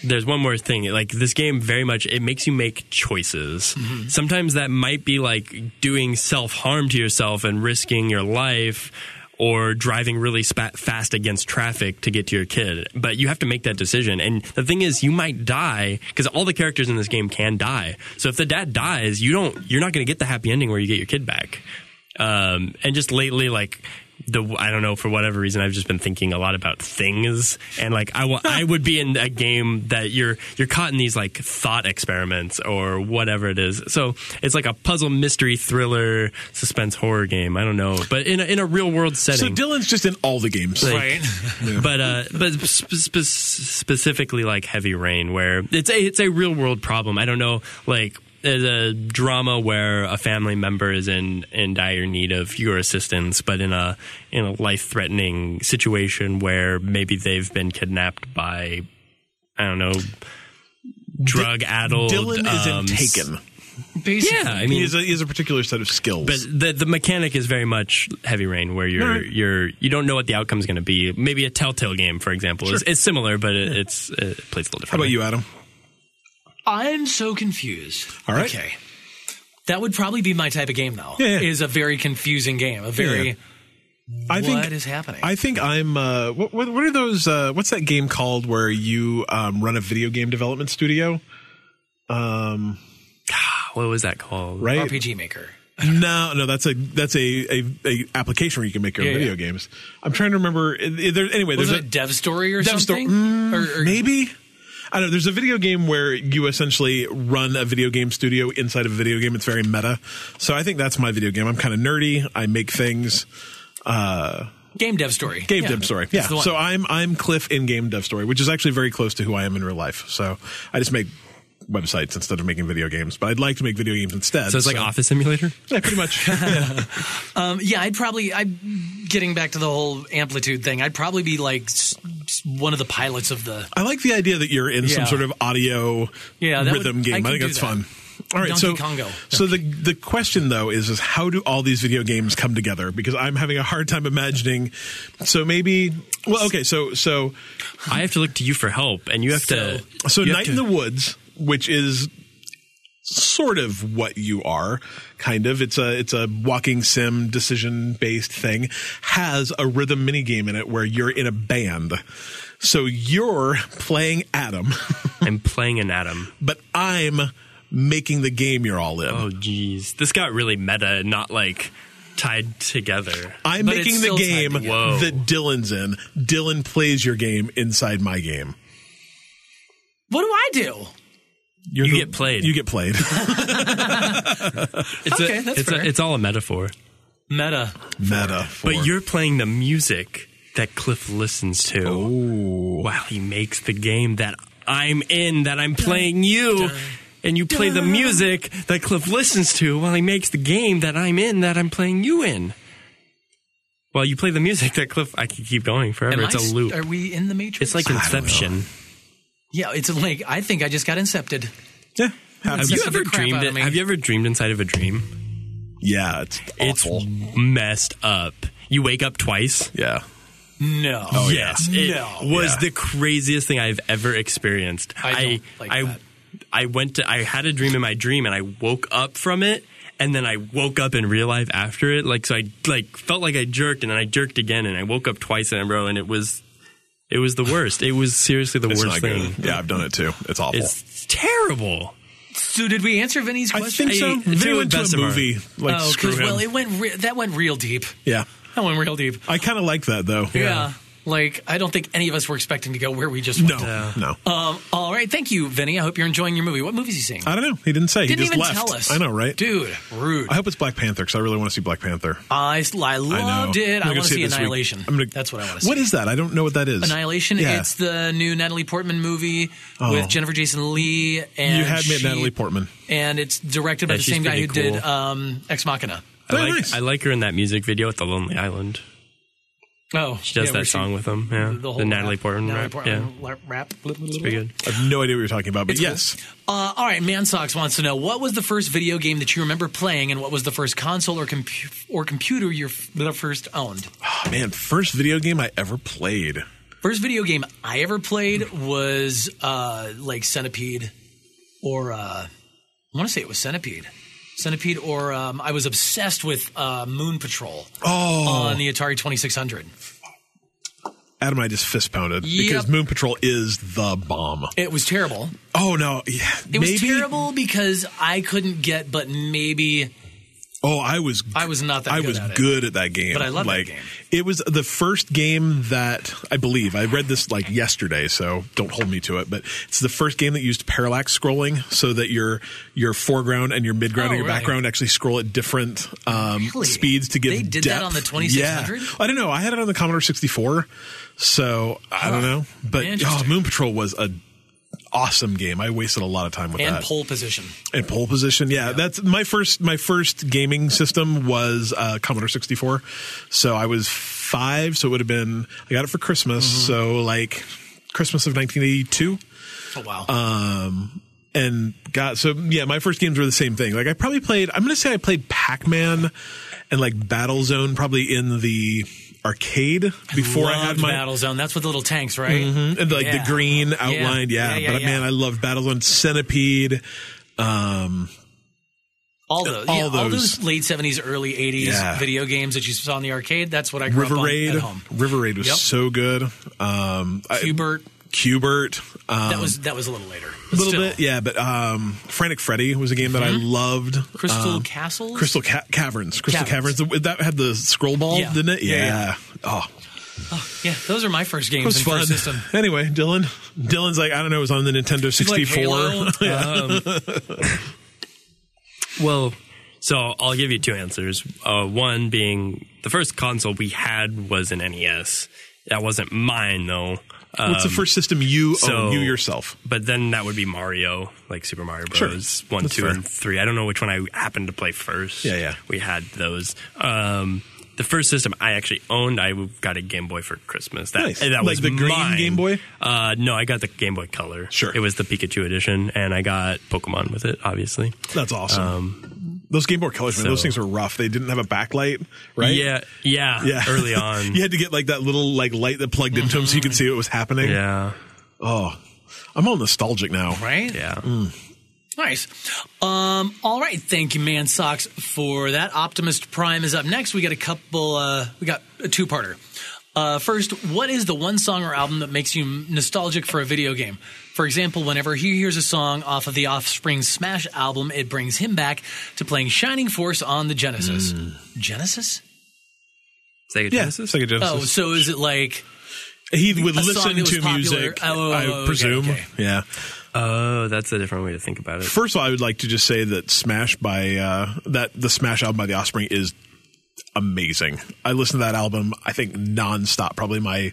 there's one more thing. Like this game very much it makes you make choices. Mm-hmm. Sometimes that might be like doing self-harm to yourself and risking your life or driving really spa- fast against traffic to get to your kid. But you have to make that decision. And the thing is you might die cuz all the characters in this game can die. So if the dad dies, you don't you're not going to get the happy ending where you get your kid back. Um and just lately like the I don't know for whatever reason I've just been thinking a lot about things and like I wa- I would be in a game that you're you're caught in these like thought experiments or whatever it is. So it's like a puzzle mystery thriller suspense horror game. I don't know, but in a, in a real world so setting. Dylan's just in all the games. Like, Right. but uh, but sp- sp- specifically like heavy rain, where it's a it's a real world problem. I don't know, like there's a drama where a family member is in in dire need of your assistance, but in a in a life threatening situation where maybe they've been kidnapped by I don't know drug addled. Dylan um, is in Taken. Basically. Yeah, I He mean, has, a, he has a particular set of skills. but the the mechanic is very much heavy rain, where you're Alright. you're you don't know what the outcome's going to be. Maybe a Telltale game, for example, is, is similar, but it, it's it plays a little different. How about you, Adam? I'm so confused. All right. Okay. That would probably be my type of game, though. Yeah, yeah. Is a very confusing game. A very Yeah. I what is think happening? I think I'm. Uh, what, what what are those? Uh, what's that game called where you um, run a video game development studio? Um, What was that called? right? RPG Maker. No, no, that's a that's a, a, a application where you can make your own Yeah, video yeah. games. I'm trying to remember. i- i- There, anyway, Was there's it a dev story or Dev Story- something? or, a, or maybe. I don't know. There's a video game where you essentially run a video game studio inside of a video game. It's very meta. So I think that's my video game. I'm kind of nerdy. I make things. game dev story. Game Yeah. dev story. Yeah. the one. Um, So I'm I'm Cliff in game dev story, which is actually very close to who I am in real life. So I just make websites instead of making video games. But I'd like to make video games instead. So it's like Office Simulator. Yeah, pretty much. Yeah. Um, yeah, I'd probably. I'm getting back to the whole amplitude thing. I'd probably be like s- s- one of the pilots of the. I like the idea that you're in some Yeah. sort of audio Yeah, that would- rhythm I game. I, could think do that's that. fun. All right, Donkey so Kongo. so the the question though is is how do all these video games come together? Because I'm having a hard time imagining. So maybe well, okay, so so I have to look to you for help, and you have to. So you have Night to- in the Woods, which is sort of what you are, kind of. It's a it's a walking sim decision based thing, has a rhythm mini game in it where you're in a band. So you're playing Adam, I'm playing an atom. but I'm making the game you're all in. Oh, jeez, this got really meta, and not like tied together. I'm But it's making the still tied game together. Whoa. that Dylan's in. Dylan plays your game inside my game. What do I do? You're You get played. You get played. It's Okay, a, that's it's, fair. A, it's all a metaphor, Meta. Meta. but you're playing the music that Cliff listens to while he makes the game that I'm in, that I'm playing you. And you play the music that Cliff listens to while he makes the game that I'm in, that I'm playing you in. Well, you play the music that Cliff. I could keep going forever. Am it's I s- a loop. Are we in the matrix? It's like don't know. Inception. yeah, it's like I think I just got incepted. yeah. Have happens. you Incepted ever the crap dreamed? out of It, me. have you ever dreamed inside of a dream? Yeah, it's awful. It's messed up. You wake up twice. yeah. No. Oh, yes, it No. was Yeah. the craziest thing I've ever experienced. I don't like I, that. I went to I had a dream in my dream and I woke up from it and then I woke up in real life after it. Like so, I like felt like I jerked, and then I jerked again, and I woke up twice in a row, and it was it was the worst. It was seriously the It's worst not thing. good. Yeah, I've done it too. It's awful. It's terrible. So did we answer Vinny's I question? think so. I- They to went to Bessemer. a movie. Like oh, screw because him. well, it went re- that went real deep. yeah, That went real deep. I kind of like that though. Yeah. Like I don't think any of us were expecting to go where we just went. No, no. Um, all right, thank you, Vinny. I hope you're enjoying your movie. What movie is he seeing? I don't know. He didn't say. Didn't he just even left. tell us. I know, right? Dude, rude. I hope it's Black Panther because I really want to see Black Panther. I, I I know. loved it. I'm I gonna want to see it this week. Annihilation. I'm gonna- That's what I want to see. What is that? I don't know what that is. Annihilation. Yeah. It's the new Natalie Portman movie Oh. with Jennifer Jason Lee. And you had me at she- Natalie Portman. And it's directed by Yeah, the she's same guy who pretty did cool. um, Ex Machina. I Very like, nice. I like her in that music video at the Lonely Island. Oh, She does that song with him. Yeah, the, Natalie Portman Natalie rap. Yeah, Portman rap. it's pretty good. I have no idea what you're talking about, but yes, Uh, all right, Mansox wants to know what was the first video game that you remember playing, and what was the first console or compu- or computer you f- that first owned? Oh, man, first video game I ever played. First video game I ever played was uh, like Centipede, or uh, I want to say it was Centipede, Centipede, or um, I was obsessed with uh, Moon Patrol Oh, on the Atari Twenty Six Hundred. Adam and I just fist pounded Yep. because Moon Patrol is the bomb. It was terrible. Oh no, yeah, It maybe. was terrible because I couldn't get, but maybe Oh, I was I was not that. I good was at it. good at that game. But I love that like, game. It was the first game that I believe I read this like yesterday, so don't hold me to it. But it's the first game that used parallax scrolling, so that your your foreground and your midground Oh, and your really? background actually scroll at different um, Really? speeds to give. They did that depth. on the 2600? Yeah. I don't know. I had it on the Commodore sixty four, so I don't know. But oh, Interesting. Moon Patrol was a awesome game. I wasted a lot of time with And that pole position. and pole position. Yeah, that's my first. My first gaming system was uh, Commodore sixty four, so I was five. So it would have been I got it for Christmas. Mm-hmm. So like Christmas of nineteen eighty two. Oh wow. Um, And God, so yeah, my first games were the same thing. Like I probably played. I'm gonna say I played Pac Man and like Battle Zone probably in the arcade before I had Loved my Mm-hmm. battle zone. That's with the little tanks, right? and like Yeah. the green outlined. Yeah, Yeah, yeah, but yeah. man, I love Battle Zone Centipede. um, All those, All yeah, all those. those late seventies, early eighties Yeah. video games that you saw in the arcade. That's what I grew River up on Raid. at home. River Raid was Yep. so good. Um, I- Hubert. Cubert. Um, That was that was a little later. a little bit, yeah, but um, Frantic Freddy was a game that I loved. Mm-hmm. Crystal Um, Castles. Crystal Ca- Caverns, Crystal Caverns. Caverns. That had the scroll ball, Yeah. didn't it? Yeah, yeah. Yeah. Oh, Yeah, those are my first it games was in fun. first system. Anyway, Dylan, Dylan's like I don't know, it was on the Nintendo sixty Like four. Halo. Well, so I'll give you two answers. Uh, one being the first console we had was an NES. That wasn't mine though. Uh, What's the um, first system you so- own, you yourself? but then that would be Mario, like Super Mario Sure. Bros. One, That's two, fair. and three. I don't know which one I happened to play first. Yeah, yeah. We had those. Um, the first system I actually owned, I got a Game Boy for Christmas. That, Nice. that Like was the green mine. Game Boy? Uh, no, I got the Game Boy Color. Sure. it was the Pikachu edition, and I got Pokemon with it, obviously. That's awesome. um, those Game Boy Colors, man, those so- things were rough. They didn't have a backlight, right? Yeah, yeah, yeah. Early on, you had to get like that little like light that plugged Mm-hmm. into them so you could see what was happening. yeah, Oh, I'm all nostalgic now. Right? yeah. Nice. Um, all right. Thank you, Man Socks, for that. Optimist Prime is up next. We got a couple, uh, we got a two parter. Uh, first, what is the one song or album that makes you nostalgic for a video game? For example, whenever he hears a song off of the Offspring Smash album, it brings him back to playing Shining Force on the Genesis. Genesis? Sega Yeah, Genesis? Sega Genesis. Oh, so is it like he would Oh, a song listen that was to popular- music, Oh, okay, I presume. okay. Yeah. Oh, that's a different way to think about it. First of all, I would like to just say that Smash by uh, that the Smash album by The Offspring is amazing. I listened to that album I think nonstop, probably my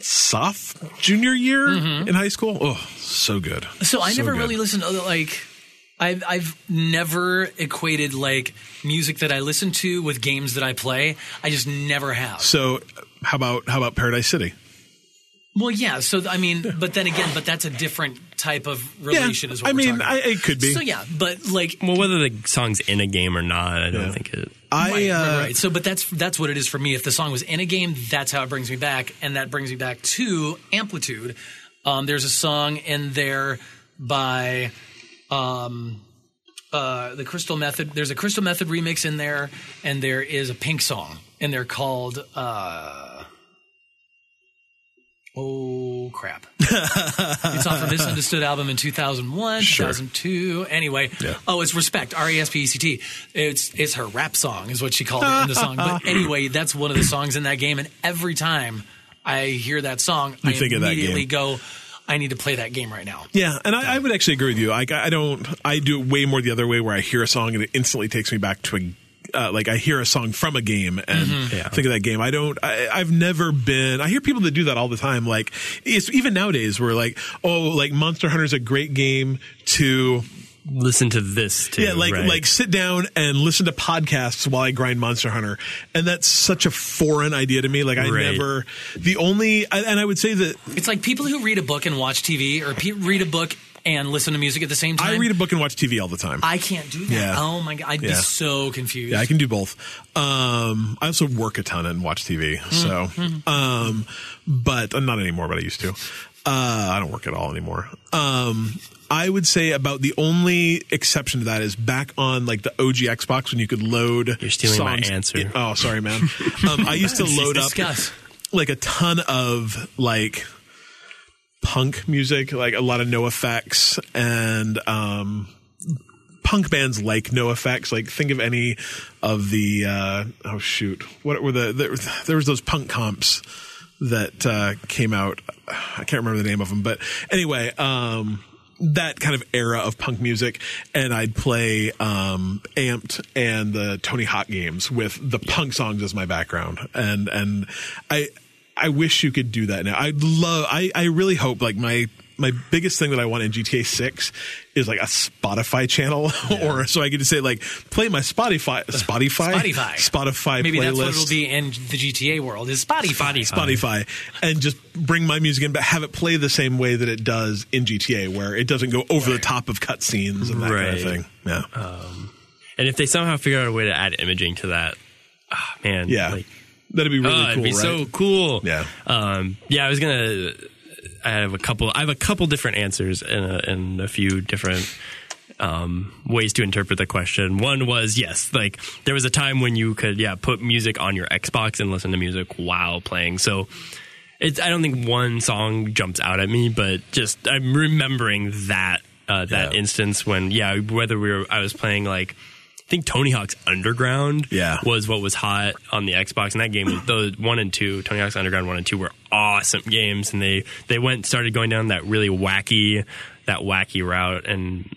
sophomore junior year in high school. Oh, so good. Mm-hmm. So I never good. really listened to other like I've I've never equated like music that I listen to with games that I play. I just never have. So how about how about Paradise City? Well, yeah. So I mean, but then again, but that's a different type of relation. is what I we're mean, talking I, about. it could be. so yeah, but like. Well, whether the song's in a game or not, I don't think it. I Right, uh, right, right. So, but that's that's what it is for me. If the song was in a game, that's how it brings me back, and that brings me back to Amplitude. Um, there's a song in there by, um, uh, the Crystal Method. There's a Crystal Method remix in there, and there is a Pink song, and they're called. Uh, Oh crap! it's off a misunderstood album in 2001, Sure. 2002. Anyway, Yeah. oh, it's respect. R e s p e c t. It's it's her rap song, is what she called it in the song. But anyway, that's one of the songs in that game, and every time I hear that song, I think of that game. immediately go, "I need to play that game right now." Yeah, and I, I would actually agree with you. I, I don't. I do it way more the other way, where I hear a song and it instantly takes me back to a. Uh, like I hear a song from a game and Yeah. think of that game. I don't. I, I've never been. I hear people that do that all the time. Like it's even nowadays where like oh like Monster Hunter is a great game to Listen to this too. yeah like right? like sit down and listen to podcasts while I grind Monster Hunter and that's such a foreign idea to me. Like I Right. never the only and I would say that It's like people who read a book and watch TV, or pe- read a book and listen to music at the same time. I read a book and watch TV all the time. I can't do that. Yeah. Oh my god, I'd be Yeah. so confused. Yeah, I can do both. Um, I also work a ton and watch TV. So, um, but uh, not anymore. But I used to. Uh, I don't work at all anymore. Um, I would say about the only exception to that is back on like the OG Xbox when you could load. You're stealing my songs answer. in- oh, sorry, man. Um, I used to Let's load up discuss. like a ton of like punk music, like a lot of no effects and um punk bands like no effects. Like think of any of the uh oh shoot. What were the there, there was those punk comps that uh came out I can't remember the name of them, but anyway, um that kind of era of punk music and I'd play um Amped and the Tony Hawk games with the punk songs as my background. And and I I wish you could do that now. I'd love. I I really hope like my my biggest thing that I want in GTA Six is like a Spotify channel, or so I could just say like play my Spotify Spotify Spotify. Spotify Maybe playlist. that's what it'll be in the GTA world is Spotify. Spotify and just bring my music in, but have it play the same way that it does in GTA, where it doesn't go over the top of cutscenes and that kind Right. Uh, of thing. Yeah, and if they somehow figure out a way to add imaging to that, ah, man, yeah, like, that'd be really oh, cool. it'd be right? so cool. Yeah. um, yeah. I was gonna. I have a couple. I have a couple different answers and a, and a few different um, ways to interpret the question. One was yes, like there was a time when you could yeah put music on your Xbox and listen to music while playing. So it's I don't think one song jumps out at me, but just I'm remembering that uh, that Yeah. instance when yeah whether we were I was playing like. I think Tony Hawk's Underground Yeah. was what was hot on the Xbox, and that game was those one and two. Tony Hawk's Underground one and two were awesome games, and they they went started going down that really wacky that wacky route, and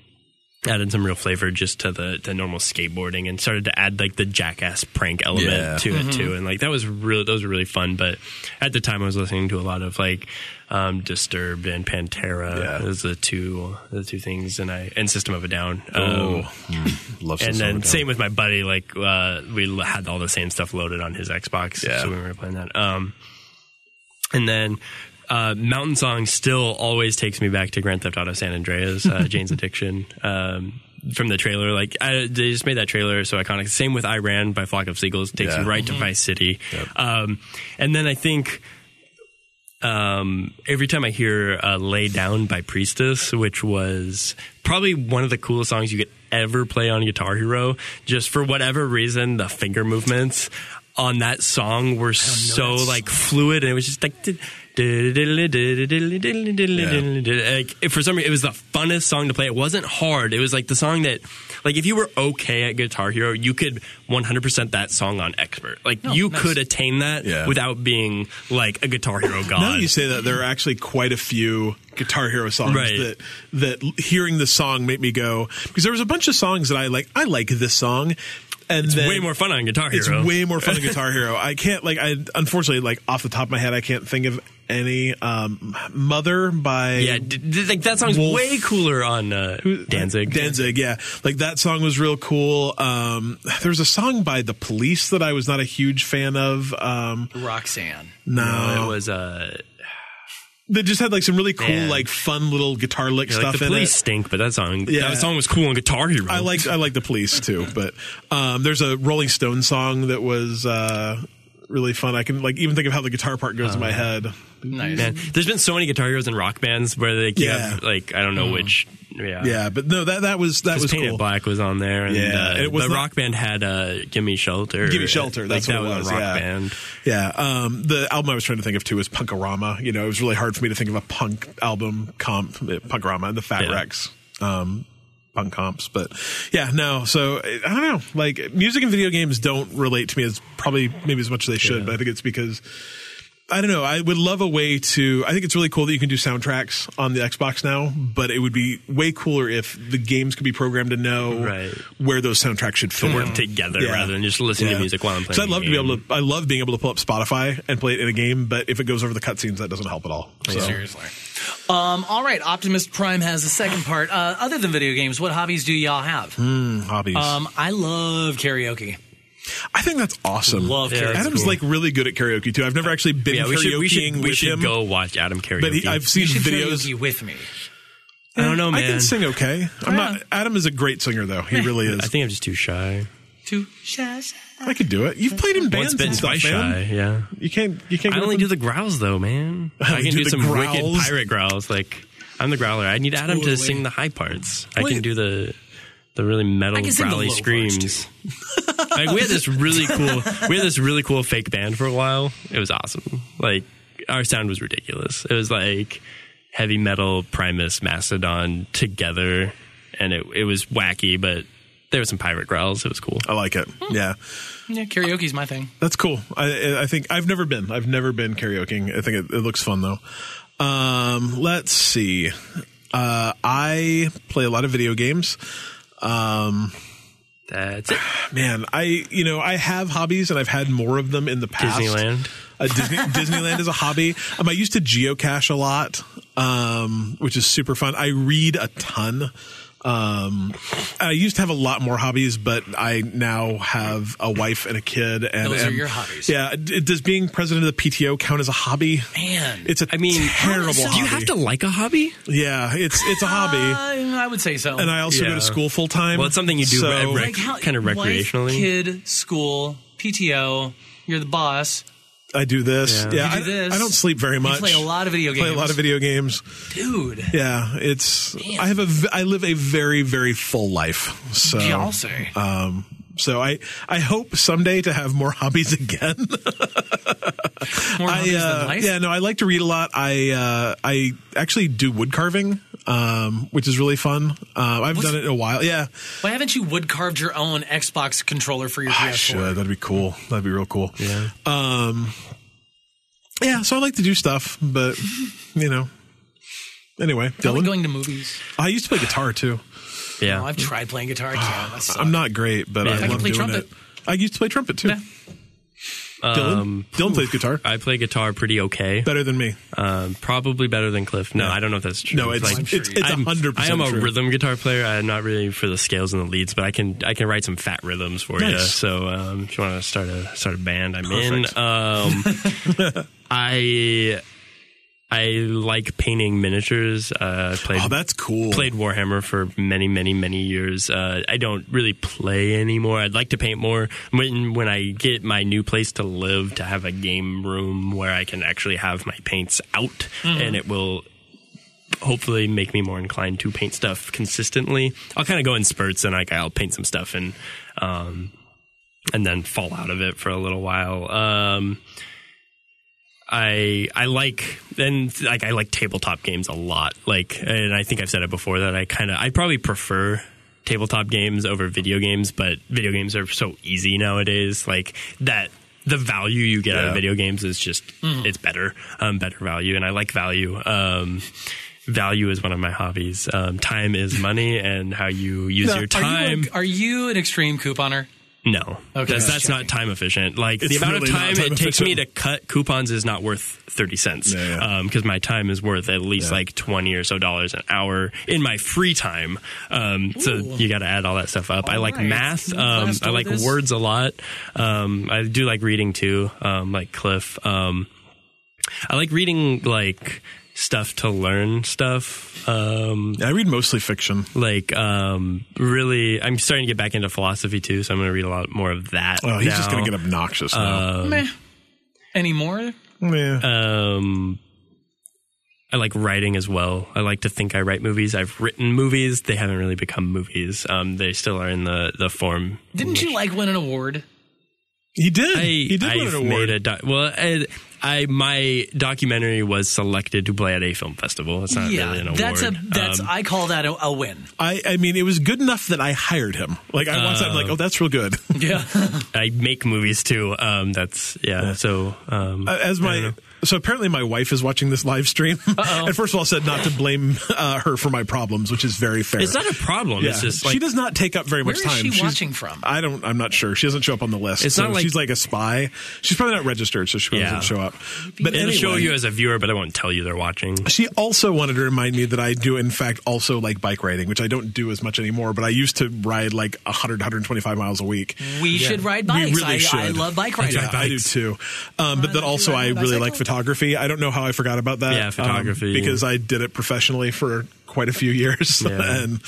added some real flavor just to the to normal skateboarding and started to add like the jackass prank element Yeah. to it too and like that was really those were really fun but at the time I was listening to a lot of like um, Disturbed and Pantera Yeah. those are the two the two things and I and System of a Down Um, Oh, mm, love and System of a then Down. same with my buddy like uh, we l- had all the same stuff loaded on his Xbox Yeah. so we were playing that um, and then uh, Mountain Song still always takes me back to Grand Theft Auto San Andreas, uh, Jane's Addiction. Um, from the trailer, like I, they just made that trailer so iconic. Same with Iran by Flock of Seagulls takes Yeah. Mm-hmm. you right to Vice City. Um, and then I think um, every time I hear uh, "Lay Down" by Priestess, which was probably one of the coolest songs you could ever play on Guitar Hero, just for whatever reason, the finger movements on that song were so that song. like fluid, and it was just like. did- like it- for some reason it was the funnest song to play it wasn't hard it was like the song that like if you were okay at guitar hero you could 100% that song on expert like you nice. could attain that Yeah. without being like a guitar hero god Now you say that there are actually quite a few Guitar Hero songs Right. that that l- hearing the song made me go because there was a bunch of songs that I like. I like this song, and it's way more fun on Guitar Hero. It's way more fun than Guitar Hero. I can't like I unfortunately like off the top of my head I can't think of any. Um, Mother by yeah, d- d- like that song's Wolf. way cooler on uh, Danzig. Danzig, yeah. Like that song was real cool. Um, there was a song by The Police that I was not a huge fan of. Um, Roxanne. no, No, it was uh, that just had like some really cool, Man. like fun little guitar lick yeah, stuff like the in police it. stink, but that song, Yeah. that song was cool on Guitar Hero. I like I like the police too, but um, there's a Rolling Stone song that was uh, really fun. I can like even think of how the guitar part goes in my head. Nice. Man, there's been so many guitar heroes and rock bands where they keep Yeah. Mm. like I don't know which. Yeah. Yeah, but no, that that was that Because was Painted cool. Black was on there, and Yeah, uh, it was the not- rock band had uh, "Give Me Shelter." Give me shelter. That's like, what that it was. a rock yeah. band. Yeah. Um, the album I was trying to think of too was Punkorama. You know, it was really hard for me to think of a punk album comp. Punkorama and the Fat Yeah. Wrecks. Um, punk comps, but yeah, no. So I I don't know. Like music and video games don't relate to me as probably maybe as much as they should. But I think it's because. I don't know. I would love a way to. I think it's really cool that you can do soundtracks on the Xbox now, but it would be way cooler if the games could be programmed to know Right. Mm-hmm. where those soundtracks should fit. Work together Mm. Yeah. rather than just listening to Yeah. music while I'm playing. So I'd love the to be game. able to. I love being able to pull up Spotify and play it in a game, but if it goes over the cutscenes, that doesn't help at all. So. mm, Seriously. Um, all right, Optimus Prime has the second part. Uh, other than video games, what hobbies do y'all have? Hmm. Hobbies. Um, I love karaoke. I think that's awesome. Love Yeah, karaoke. that's Adam's cool. like really good at karaoke too. I've never actually been Yeah, karaokeing we should we should, with we should him, go watch Adam karaoke. but he, I've seen You should videos. Eh, karaoke with me. I don't know, man. I can sing okay. I'm Yeah. not. Adam is a great singer though. He really is. I think I'm just too shy. Too shy, shy. I could do it. You've played in bands Once been and stuff, twice man. shy. Yeah. You can't. You can't. I get only up do the growls though, man. I can You do do, the some wicked growls? pirate growls. Like I'm the growler. I need Adam to Totally. sing the high parts. I Wait. can do the the really metal I can sing the growly low parts, screams. like we had this really cool we had this really cool fake band for a while. It was awesome. Like our sound was ridiculous. It was like heavy metal Primus Mastodon together and it it was wacky, but there was some pirate growls. It was cool. I like it. Hmm. Yeah, Yeah, karaoke's my thing. that's cool. I, I- I think I've never been. I've never been karaokeing. I think it, it looks fun though. Um, let's see. Uh, I play a lot of video games. Um, That's it. Man, I you know I have hobbies and I've had more of them in the past. Disneyland. Uh, Disney, Disneyland is a hobby. Um, I used to geocache a lot, um, which is super fun. I read a ton. Um, I used to have a lot more hobbies, but I now have a wife and a kid. And Those are am- your hobbies. Yeah. d- Does being president of the PTO count as a hobby? Man. It's a I mean, terrible Do hobby. you have to like a hobby? yeah, it's it's a hobby. Uh, I would say so. And I also go Yeah. to school full time. Well, it's something you do So, every- kinda wife, recreationally. kid, school, PTO, you're the boss. I do this. Yeah. Yeah, You do I- this. I, don't sleep very much. You play a lot of video games. Play a lot of video Um, games. Dude. Yeah, it's I have a v- I live a very very full life. So Yeah, I'll say. um so I I hope someday to have more hobbies again. More I hobbies than uh, life. yeah, no, I like to read a lot. I uh I actually do wood carving um which is really fun. Um I've What's- done it in a while. Yeah. Why haven't you wood carved your own Xbox controller for your I PS4? should. That'd be cool. That'd be real cool. Yeah. Um Yeah, so I like to do stuff, but you know. Anyway, I like Dylan. going to movies. I used to play guitar too. Yeah. Oh, I've tried playing guitar. I can't. That's I'm not great, but I, I can love play doing trumpet. it. I used to play trumpet too. Yeah. Dylan, Dylan plays guitar Um, I play guitar pretty okay. better than me. Um, probably better than Cliff. No, I don't know if that's true. No, it's Like, it's it's I'm- hundred I percent. am a rhythm guitar player. I'm not really for the scales and the leads, but I can I can write some fat rhythms for you. Nice. So um, if you want to start a start a band, I'm in. Um, I I like painting miniatures. Uh, I played Oh, that's cool. played Warhammer for many, many, many years. Uh, I don't really play anymore. I'd like to paint more. When when I get my new place to live, to have a game room where I can actually have my paints out, and it will hopefully make me more inclined to paint stuff consistently. I'll kind of go in spurts, and like I'll paint some stuff and um, and then fall out of it for a little while. Um, I I like and like I like tabletop games a lot. Like, and I think I've said it before that I kind of I probably prefer tabletop games over video games, but video games are so easy nowadays. Like that. The value you get out Yeah. of video games is just it's better, um, better value, and I like value. Um, value is one of my hobbies. Um, time is money, and how you use Now, your Are time. you, a- are you an extreme couponer? No, Okay. that's, that's not time efficient. Like the amount really of not time, time it takes me to efficient. cut coupons is not worth thirty cents. Yeah, yeah. because my time is worth at least Yeah. like twenty or so dollars an hour in my free time. Um, so Ooh. you got to add all that stuff up. I like Alright. math. Can we Um, blast I over like this? words a lot. Um, I do like reading too. Um, like Cliff. Um, I like reading like stuff to learn stuff. Um, I read mostly fiction. like um really i'm starting to get back into philosophy too so i'm going to read a lot more of that Oh, he's now. just uh, going to get obnoxious now. Meh. anymore. Yeah. Um, I like writing as well. I like to think I write movies. I've written movies. They haven't really become movies. Um, they still are in the the form. Didn't you like win an award? he did. I, he did win I've an Made award. a doc- well, I, I my documentary was selected to play at a film festival. It's not really an award. that's a that's Um, I call that a, a win. I, I mean, it was good enough that I hired him. Like I watched that, I'm like, Uh, oh, that's real good. Yeah, I make movies too. Um, that's yeah. So um, As my so apparently my wife is watching this live stream, and first of all said not to blame uh, her for my problems, which is very fair. it's not a problem. Yeah. It's just like she does not take up very Where much is time. she She's- watching from? I don't. I'm not sure. She doesn't show up on the list. It's so not like- she's like a spy. She's probably not registered, so she probably Yeah. doesn't show up. But it'll anyway, show you as a viewer, but I won't tell you they're watching. She also wanted to remind me that I do, in fact, also like bike riding, which I don't do as much anymore. But I used to ride like 100, 125 miles a week. we should ride We bikes. really Mm. I, I should. love bike riding. Yeah, I do too. Um, but then also, I ride my really like bicycle? photography. I don't know how I forgot about that. Yeah, um, photography. because I did it professionally for quite a few years, Yeah. and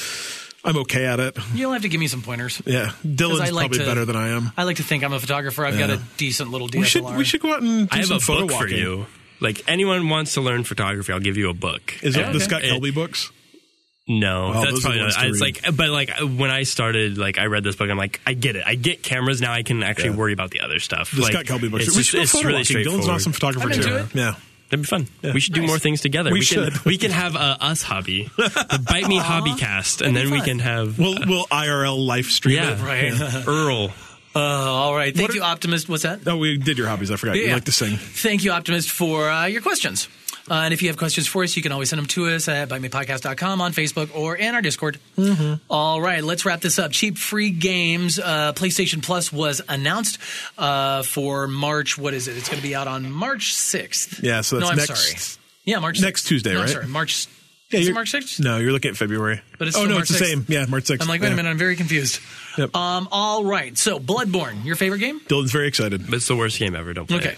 I'm okay at it. You'll have to give me some pointers. Yeah, 'Cause Dylan's I like probably to- better than I am. I like to think I'm a photographer. I've got Yeah. a decent little DSLR. We should we should go out and do I have some a photo book walking. for you. Like anyone wants to learn photography, I'll give you a book. Is it And the Scott it- Kelby books? No, that's those are probably the ones not. to It's read. like, but like when I started, like I read this book, I'm like, I get it. I get cameras now. I can actually Yeah. worry about the other stuff. The like, Scott Kelby books. It's, we just- should go it's photo really walking. straightforward. Dylan's an awesome photographer I'm into too. it. Yeah. That'd be fun. We should do more things together. We can. should. We can have a us hobby, the bite me hobby cast, and then we fun. can have We'll we'll IRL live stream it. yeah, Right. Earl. Uh, all right. Thank What you, are- Optimist. What's that? Oh, we did your hobbies. I forgot. You Yeah. like to sing. Thank you, Optimist, for uh, your questions. Uh, and if you have questions for us, you can always send them to us at bitemepodcast.com on Facebook or in our Discord. All right, let's wrap this up. Cheap free games. Uh, PlayStation Plus was announced uh, for March. What is it? It's going to be out on March 6th. Yeah, so that's no, I'm next- sorry. Yeah, March 6th. next Tuesday, No, I'm right? sorry, March. Yeah, is it you're- March 6th? No, you're looking at February. But it's oh still no, March it's the 6th. same. Yeah, March 6th. I'm like, wait Yeah. a minute, I'm very confused. Yep. Um, all right, so Bloodborne, your favorite game? Dylan's very excited. But it's the worst game ever. Don't play. Okay. It.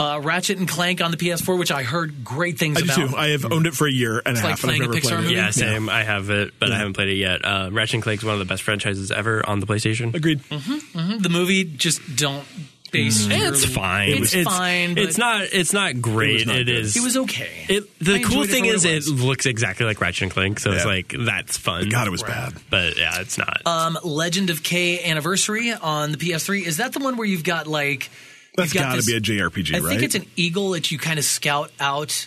Uh, Ratchet and Clank on the PS4, which I heard great things I do about. too. I have Mm. owned it for a year and a like half, and I've playing a never Pixar played it. movie. Yeah, same. I have it, but I haven't played it yet. Uh, Ratchet and Clank is one of the best franchises ever on the PlayStation. Agreed. Mm-hmm. the movie just don't base Mm. your- It's fine. It's, fine. But It's not. It's not great. It was not It good. is. It was okay. It, I the enjoyed cool it for thing what is, it it, was. looks exactly like Ratchet and Clank, so it's Yeah. like that's fun. God, it was bad. but yeah, it's not. um, Legend of K Anniversary on the PS3 is that the one where you've got like That's you've got to this- be a JRPG, I right? think it's an eagle that you kind of scout out.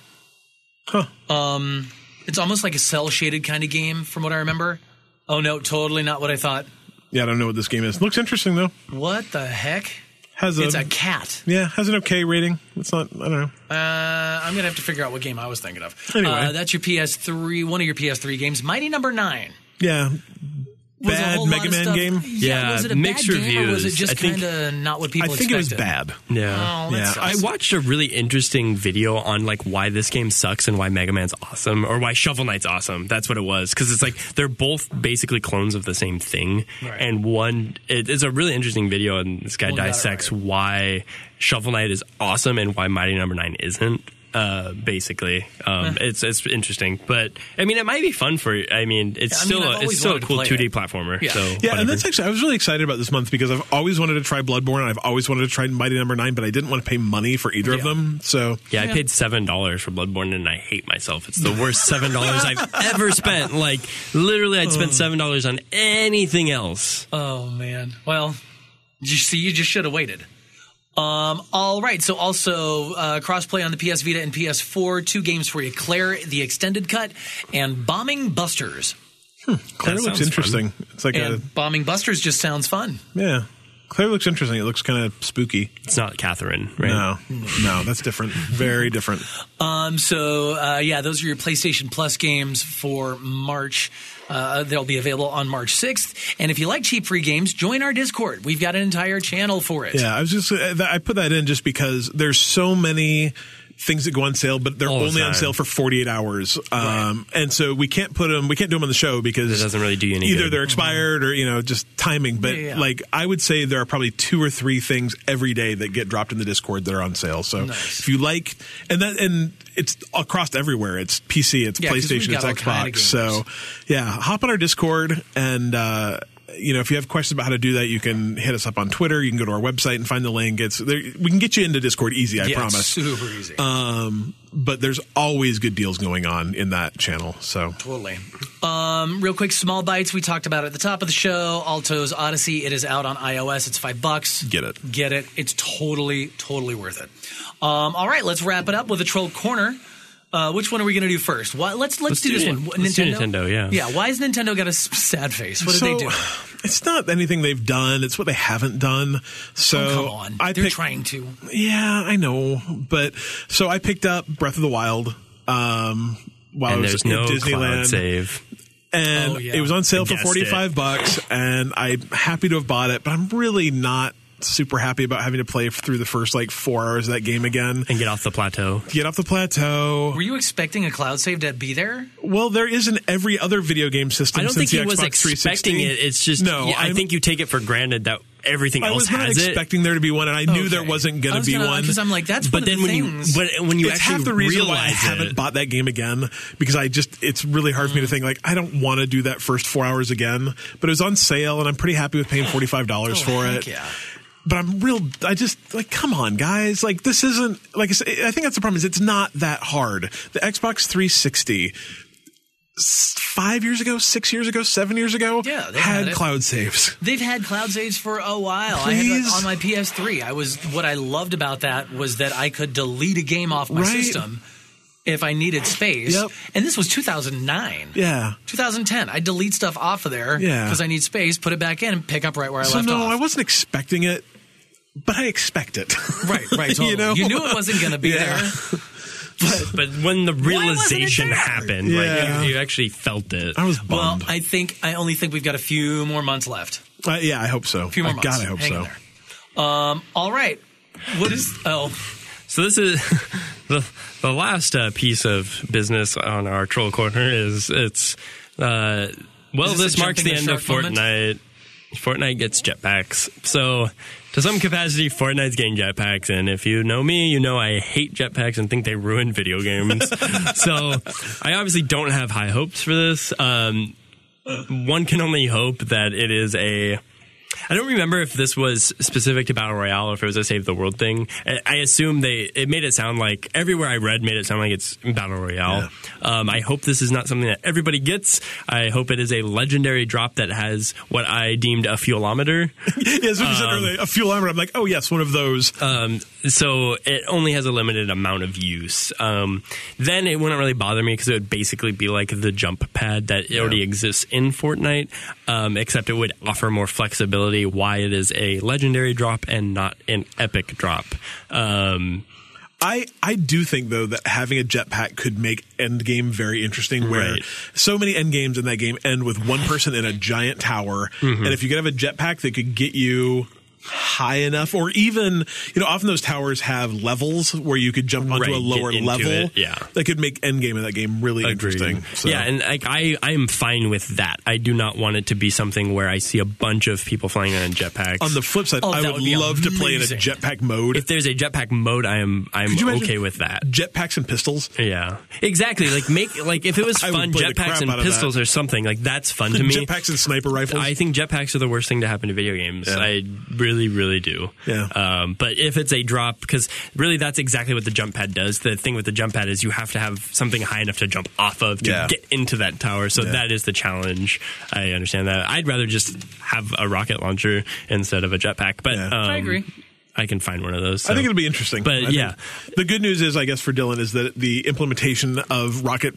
Um, it's almost like a cell shaded kind of game, from what I remember. Oh no, totally not what I thought. yeah, I don't know what this game is. Looks interesting though. What the heck? Has a, It's a cat. yeah has an okay rating. It's not. I don't know. Uh, I'm gonna have to figure out what game I was thinking of. Anyway. uh, that's your PS3. One of your PS3 games, Mighty Number Nine. Yeah, was a Bad whole lot Mega of Man stuff- game? Yeah, Yeah, was it a mixed bad Game or was it reviews. just I think- kind of not what people I think expected? it was bad. yeah. Oh, that Yeah, I sucks. watched a really interesting video on like why this game sucks and why Mega Man's awesome or why Shovel Knight's awesome. That's what it was because it's like they're both basically clones of the same thing, Right. and one it, it's a really interesting video and this guy Well, you got it dissects right. why Shovel Knight is awesome and why Mighty Number Nine isn't. Uh, basically, um, it's it's interesting, but I mean, it might be fun for. I mean, it's I mean, still I've a, always it's still a wanted to cool play 2D it. platformer. Yeah. So Yeah, Yeah, whatever. and that's actually I was really excited about this month because I've always wanted to try Bloodborne. and I've always wanted to try Mighty Number Nine, but I didn't want to pay money for either of Yeah. them. So Yeah, I paid seven dollars for Bloodborne, and I hate myself. It's the worst seven dollars I've ever spent. Like literally, I'd spent seven dollars on anything else. Oh man. Well, you see, you just should have waited. Um, all right. So also uh, crossplay on the PS Vita and PS4. Two games for you: Claire, the extended cut, and Bombing Busters. Claire That looks sounds interesting. It's like And Bombing Busters just sounds fun. a yeah. Claire looks interesting. It looks kind of spooky. It's not Catherine, right? No, no, that's different. Very different. Um, so uh, yeah, those are your PlayStation Plus games for March. Uh, they'll be available on March 6th. And if you like cheap free games, join our Discord. We've got an entire channel for it. Yeah, I was just uh, that- I put that in just because there's so many things that go on sale, but they're All the only on time. sale for 48 hours, um, and so we can't put them. We can't do them on the show because It doesn't really do you any Either good. they're expired or you know just timing. But Yeah, yeah. like I would say, there are probably two or three things every day that get dropped in the Discord that are on sale. So Nice. if you like, and that and it's across everywhere. It's PC, it's Yeah, 'cause we've PlayStation, it's got all kind of Xbox. gamers. So yeah, hop on our Discord and. uh you know, if you have questions about how to do that, you can hit us up on Twitter. You can go to our website and find the link. It's there, we can get you into Discord easy. I yeah, promise. It's super easy. Um, but there's always good deals going on in that channel. So Totally. Um, real quick, small bites. We talked about it at the top of the show. Alto's Odyssey. It is out on iOS. It's five bucks. Get it. Get it. It's totally, totally worth it. Um, all right, let's wrap it up with a troll corner. Uh, which one are we going to do first? Why, let's, let's Let's do, do this Nin- one. What, let's do Nintendo, yeah. Yeah. Why has Nintendo got a s- sad face? What did they So, uh, do? It's not anything they've done. It's what they haven't done. So Oh, Come on. I They're picked- trying to. Yeah, I know. But so I picked up Breath of the Wild. Um, while and I was there's in no Disneyland, cloud eh? save. and Oh, yeah. it was on sale I for guessed 45 bucks and i'm happy to have bought it but i'm really not super happy about having to play through the first like four hours of that game again and get off the plateau. get off the plateau Were you expecting a cloud save to be there? well there is in every other video game system I don't think since he the was Xbox expecting 360. it. It's just no yeah, I I'm- think you take it for granted that everything I else was not has it. expecting there to be one, and I knew Okay. there wasn't I going was to be gonna- one. 'cause I'm like, that's But one of then the when you things. but when you it's actually half the reason why I realize haven't it, Mm. bought that game again because I just it's really hard for me to think like I don't want to do that first four hours again. But it was on sale, and I'm pretty happy with paying forty Oh, five dollars for Oh, heck it. yeah. But I'm real. I just like come on, guys. Like this isn't like I, said, I think that's the problem is it's not that hard. The Xbox 360. s- Five years ago, six years ago, seven years ago, Yeah, they had had it. cloud saves. They've had cloud saves for a while. I had Please? that on my PS3. I was what I loved about that was that I could delete a game off my Right. system if I needed space. Yep. And this was 2009. Yeah, 2010. I delete stuff off of there Yeah. because I need space, put it back in, and pick up right where I so left no, I off. wasn't expecting it, but I expect it. right, right. Totally. You you, know? knew it wasn't going to be Yeah. there. but when the realization there? happened, Yeah. like you, you actually felt it. I was Well, bummed. I think I only think we've got a few more months left. Uh, yeah, I hope so. A few more I months. gotta hope Hang in so. there. Um, all right. What is? Oh, So this is the the last uh, piece of business on our troll corner is it's uh, well Is this this a marks the jumping end the of shark moment? Fortnite. Fortnite gets jetpacks. So to some capacity, Fortnite's getting jetpacks, and if you know me, you know I hate jetpacks and think they ruin video games. so I obviously don't have high hopes for this. Um, one can only hope that it is a I don't remember if this was specific to Battle Royale or if it was a Save the World thing. I, I assume they it made it sound like everywhere I read made it sound like it's Battle Royale. Um, I hope this is not something that everybody gets. I hope it is a legendary drop that has what I deemed a fuelometer. Yeah, as we Um, said earlier, a fuel armor. I'm like, oh yes, one of those. Um, so it only has a limited amount of use. Um, then it wouldn't really bother me because it would basically be like the jump pad that already exists in Fortnite, um, except it would offer more flexibility. Why it is a legendary drop and not an epic drop. Um, I I do think though that having a jetpack could make endgame very interesting. Where Right. so many endgames in that game end with one person in a giant tower, Mm-hmm. and if you could have a jetpack that could get you high enough, or even you know, often those towers have levels where you could jump onto Right, a get lower into level. it, yeah. that could make endgame of that game really interesting. Agreed. So. Yeah, and like I, I am fine with that. I do not want it to be something where I see a bunch of people flying around in jetpacks. on the flip side, Oh, I that would, would be love to play in a amazing. jetpack mode. if there's a jetpack mode, I am I'm Could you imagine- okay with that. jetpacks and pistols. Yeah, exactly. Like make like if it was I would fun, play the crap jetpacks out and of that. pistols or something like that's fun to me. Jetpacks and sniper rifles. I think jetpacks are the worst thing to happen to video games. Yeah. I really, really do. Yeah. Um, but if it's a drop, because really that's exactly what the jump pad does. The thing with the jump pad is you have to have something high enough to jump off of to Yeah. get into that tower. So Yeah. that is the challenge. I understand that. I'd rather just have a rocket launcher instead of a jetpack. But Yeah. um, I agree. I can find one of those. I think so. it'll be interesting. But, I think- yeah. the good news is, I guess, for Dylan is that the implementation of rocket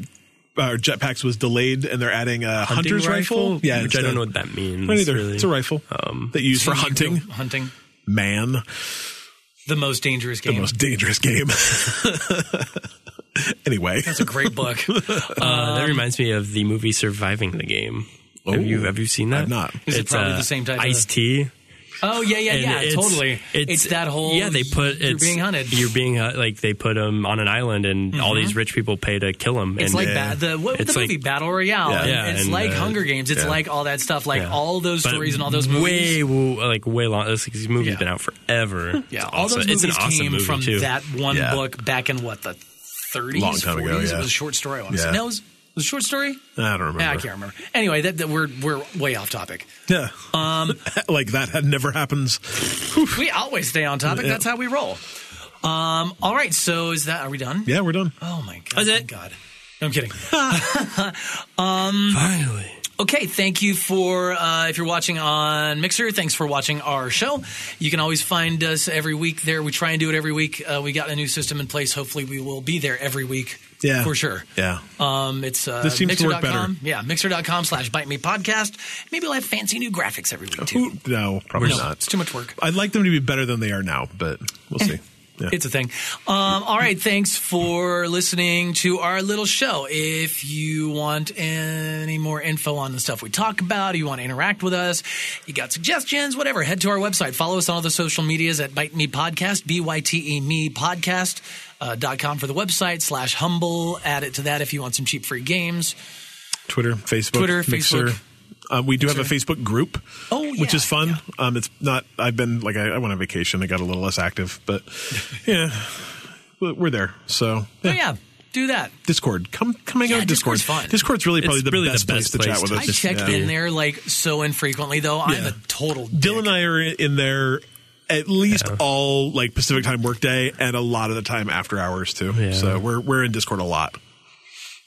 uh, jetpacks was delayed, and they're adding a Hunting hunter's rifle. Yeah, which I instead- don't know what that means. Well, neither. really. um, It's a rifle that you use for hunting. Hunting. Man, The most dangerous game. the most dangerous game. anyway, That's a great book. Uh, Um, that reminds me of the movie Surviving the Game. Oh. have you have you seen that? uh, I've not. Is it probably the same type of- Ice tea. Oh yeah, yeah, yeah, totally. It's, that whole yeah. They put you're it's, being hunted. Mm-hmm. You're being hu- like they put him on an island, and all these rich people pay to kill him. and, it's like uh, ba- the what it's the movie Battle Royale. Yeah. and Yeah, it's and, like uh, Hunger Games. It's yeah. like all that stuff. Like yeah. all those But stories and all those movies. Way wo- like way long. This this movie's Yeah. been out forever. It's yeah, all those awesome. it's movies an awesome came movie from too. that one Yeah. book back in what the 30s, Long time 40s. ago, yeah. It was a short story. I want to Yeah. say. No, it was The short story? I don't remember. Yeah, I can't remember. Anyway, that, that we're we're way off topic. Yeah. Um, like that had never happens. We always stay on topic. Yeah. That's how we roll. Um, all right. So is that? Are we done? Yeah, we're done. Oh my god! That's it. thank God. No, I'm kidding. Finally. Okay, thank you for uh, if you're watching on Mixer. Thanks for watching our show. You can always find us every week there. We try and do it every week. Uh, we got a new system in place. Hopefully, we will be there every week. Yeah. for sure. Yeah. Um, it's uh, This seems to work mixer.com. Yeah, mixer.com slash bite me podcast. Maybe we'll have fancy new graphics every week too. Who- no, probably No, not. it's too much work. I'd like them to be better than they are now, but we'll see. Eh, Yeah. It's a thing. Um, all right. Thanks for listening to our little show. If you want any more info on the stuff we talk about, you want to interact with us, you got suggestions, whatever, head to our website. Follow us on all the social medias at Bite Me Podcast, B Y T E Me Podcast. Uh, dot com for the website slash humble add it to that if you want some cheap free games Twitter, Facebook, Twitter, Mixer. Facebook. Um, we do have a Facebook group, Oh, which yeah, is fun. Um, it's not. I've been like I, I went on vacation. I got a little less active, but yeah, but we're there. So oh yeah do that Discord, come come hang Yeah, out. with Discord. Discord's fun. Discord's really probably the, really the best place best to chat place with to us. i check Yeah. in there like so infrequently though i'm Yeah. a total Dylan dick. and I are in there at least all like Pacific time workday and a lot of the time after hours too. Yeah. So we're we're in Discord a lot.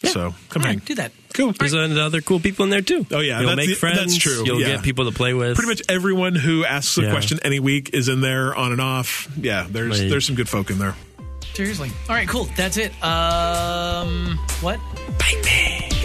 So come All hang. right, do that Cool. There's other cool people in there too. Oh, yeah, you'll that's make the- friends. that's true, You'll yeah. get people to play with. Pretty much everyone who asks a Yeah. question any week is in there on and off. Yeah, there's Right. there's some good folk in there. Seriously. All right, cool. That's it. Um, what? Bite me.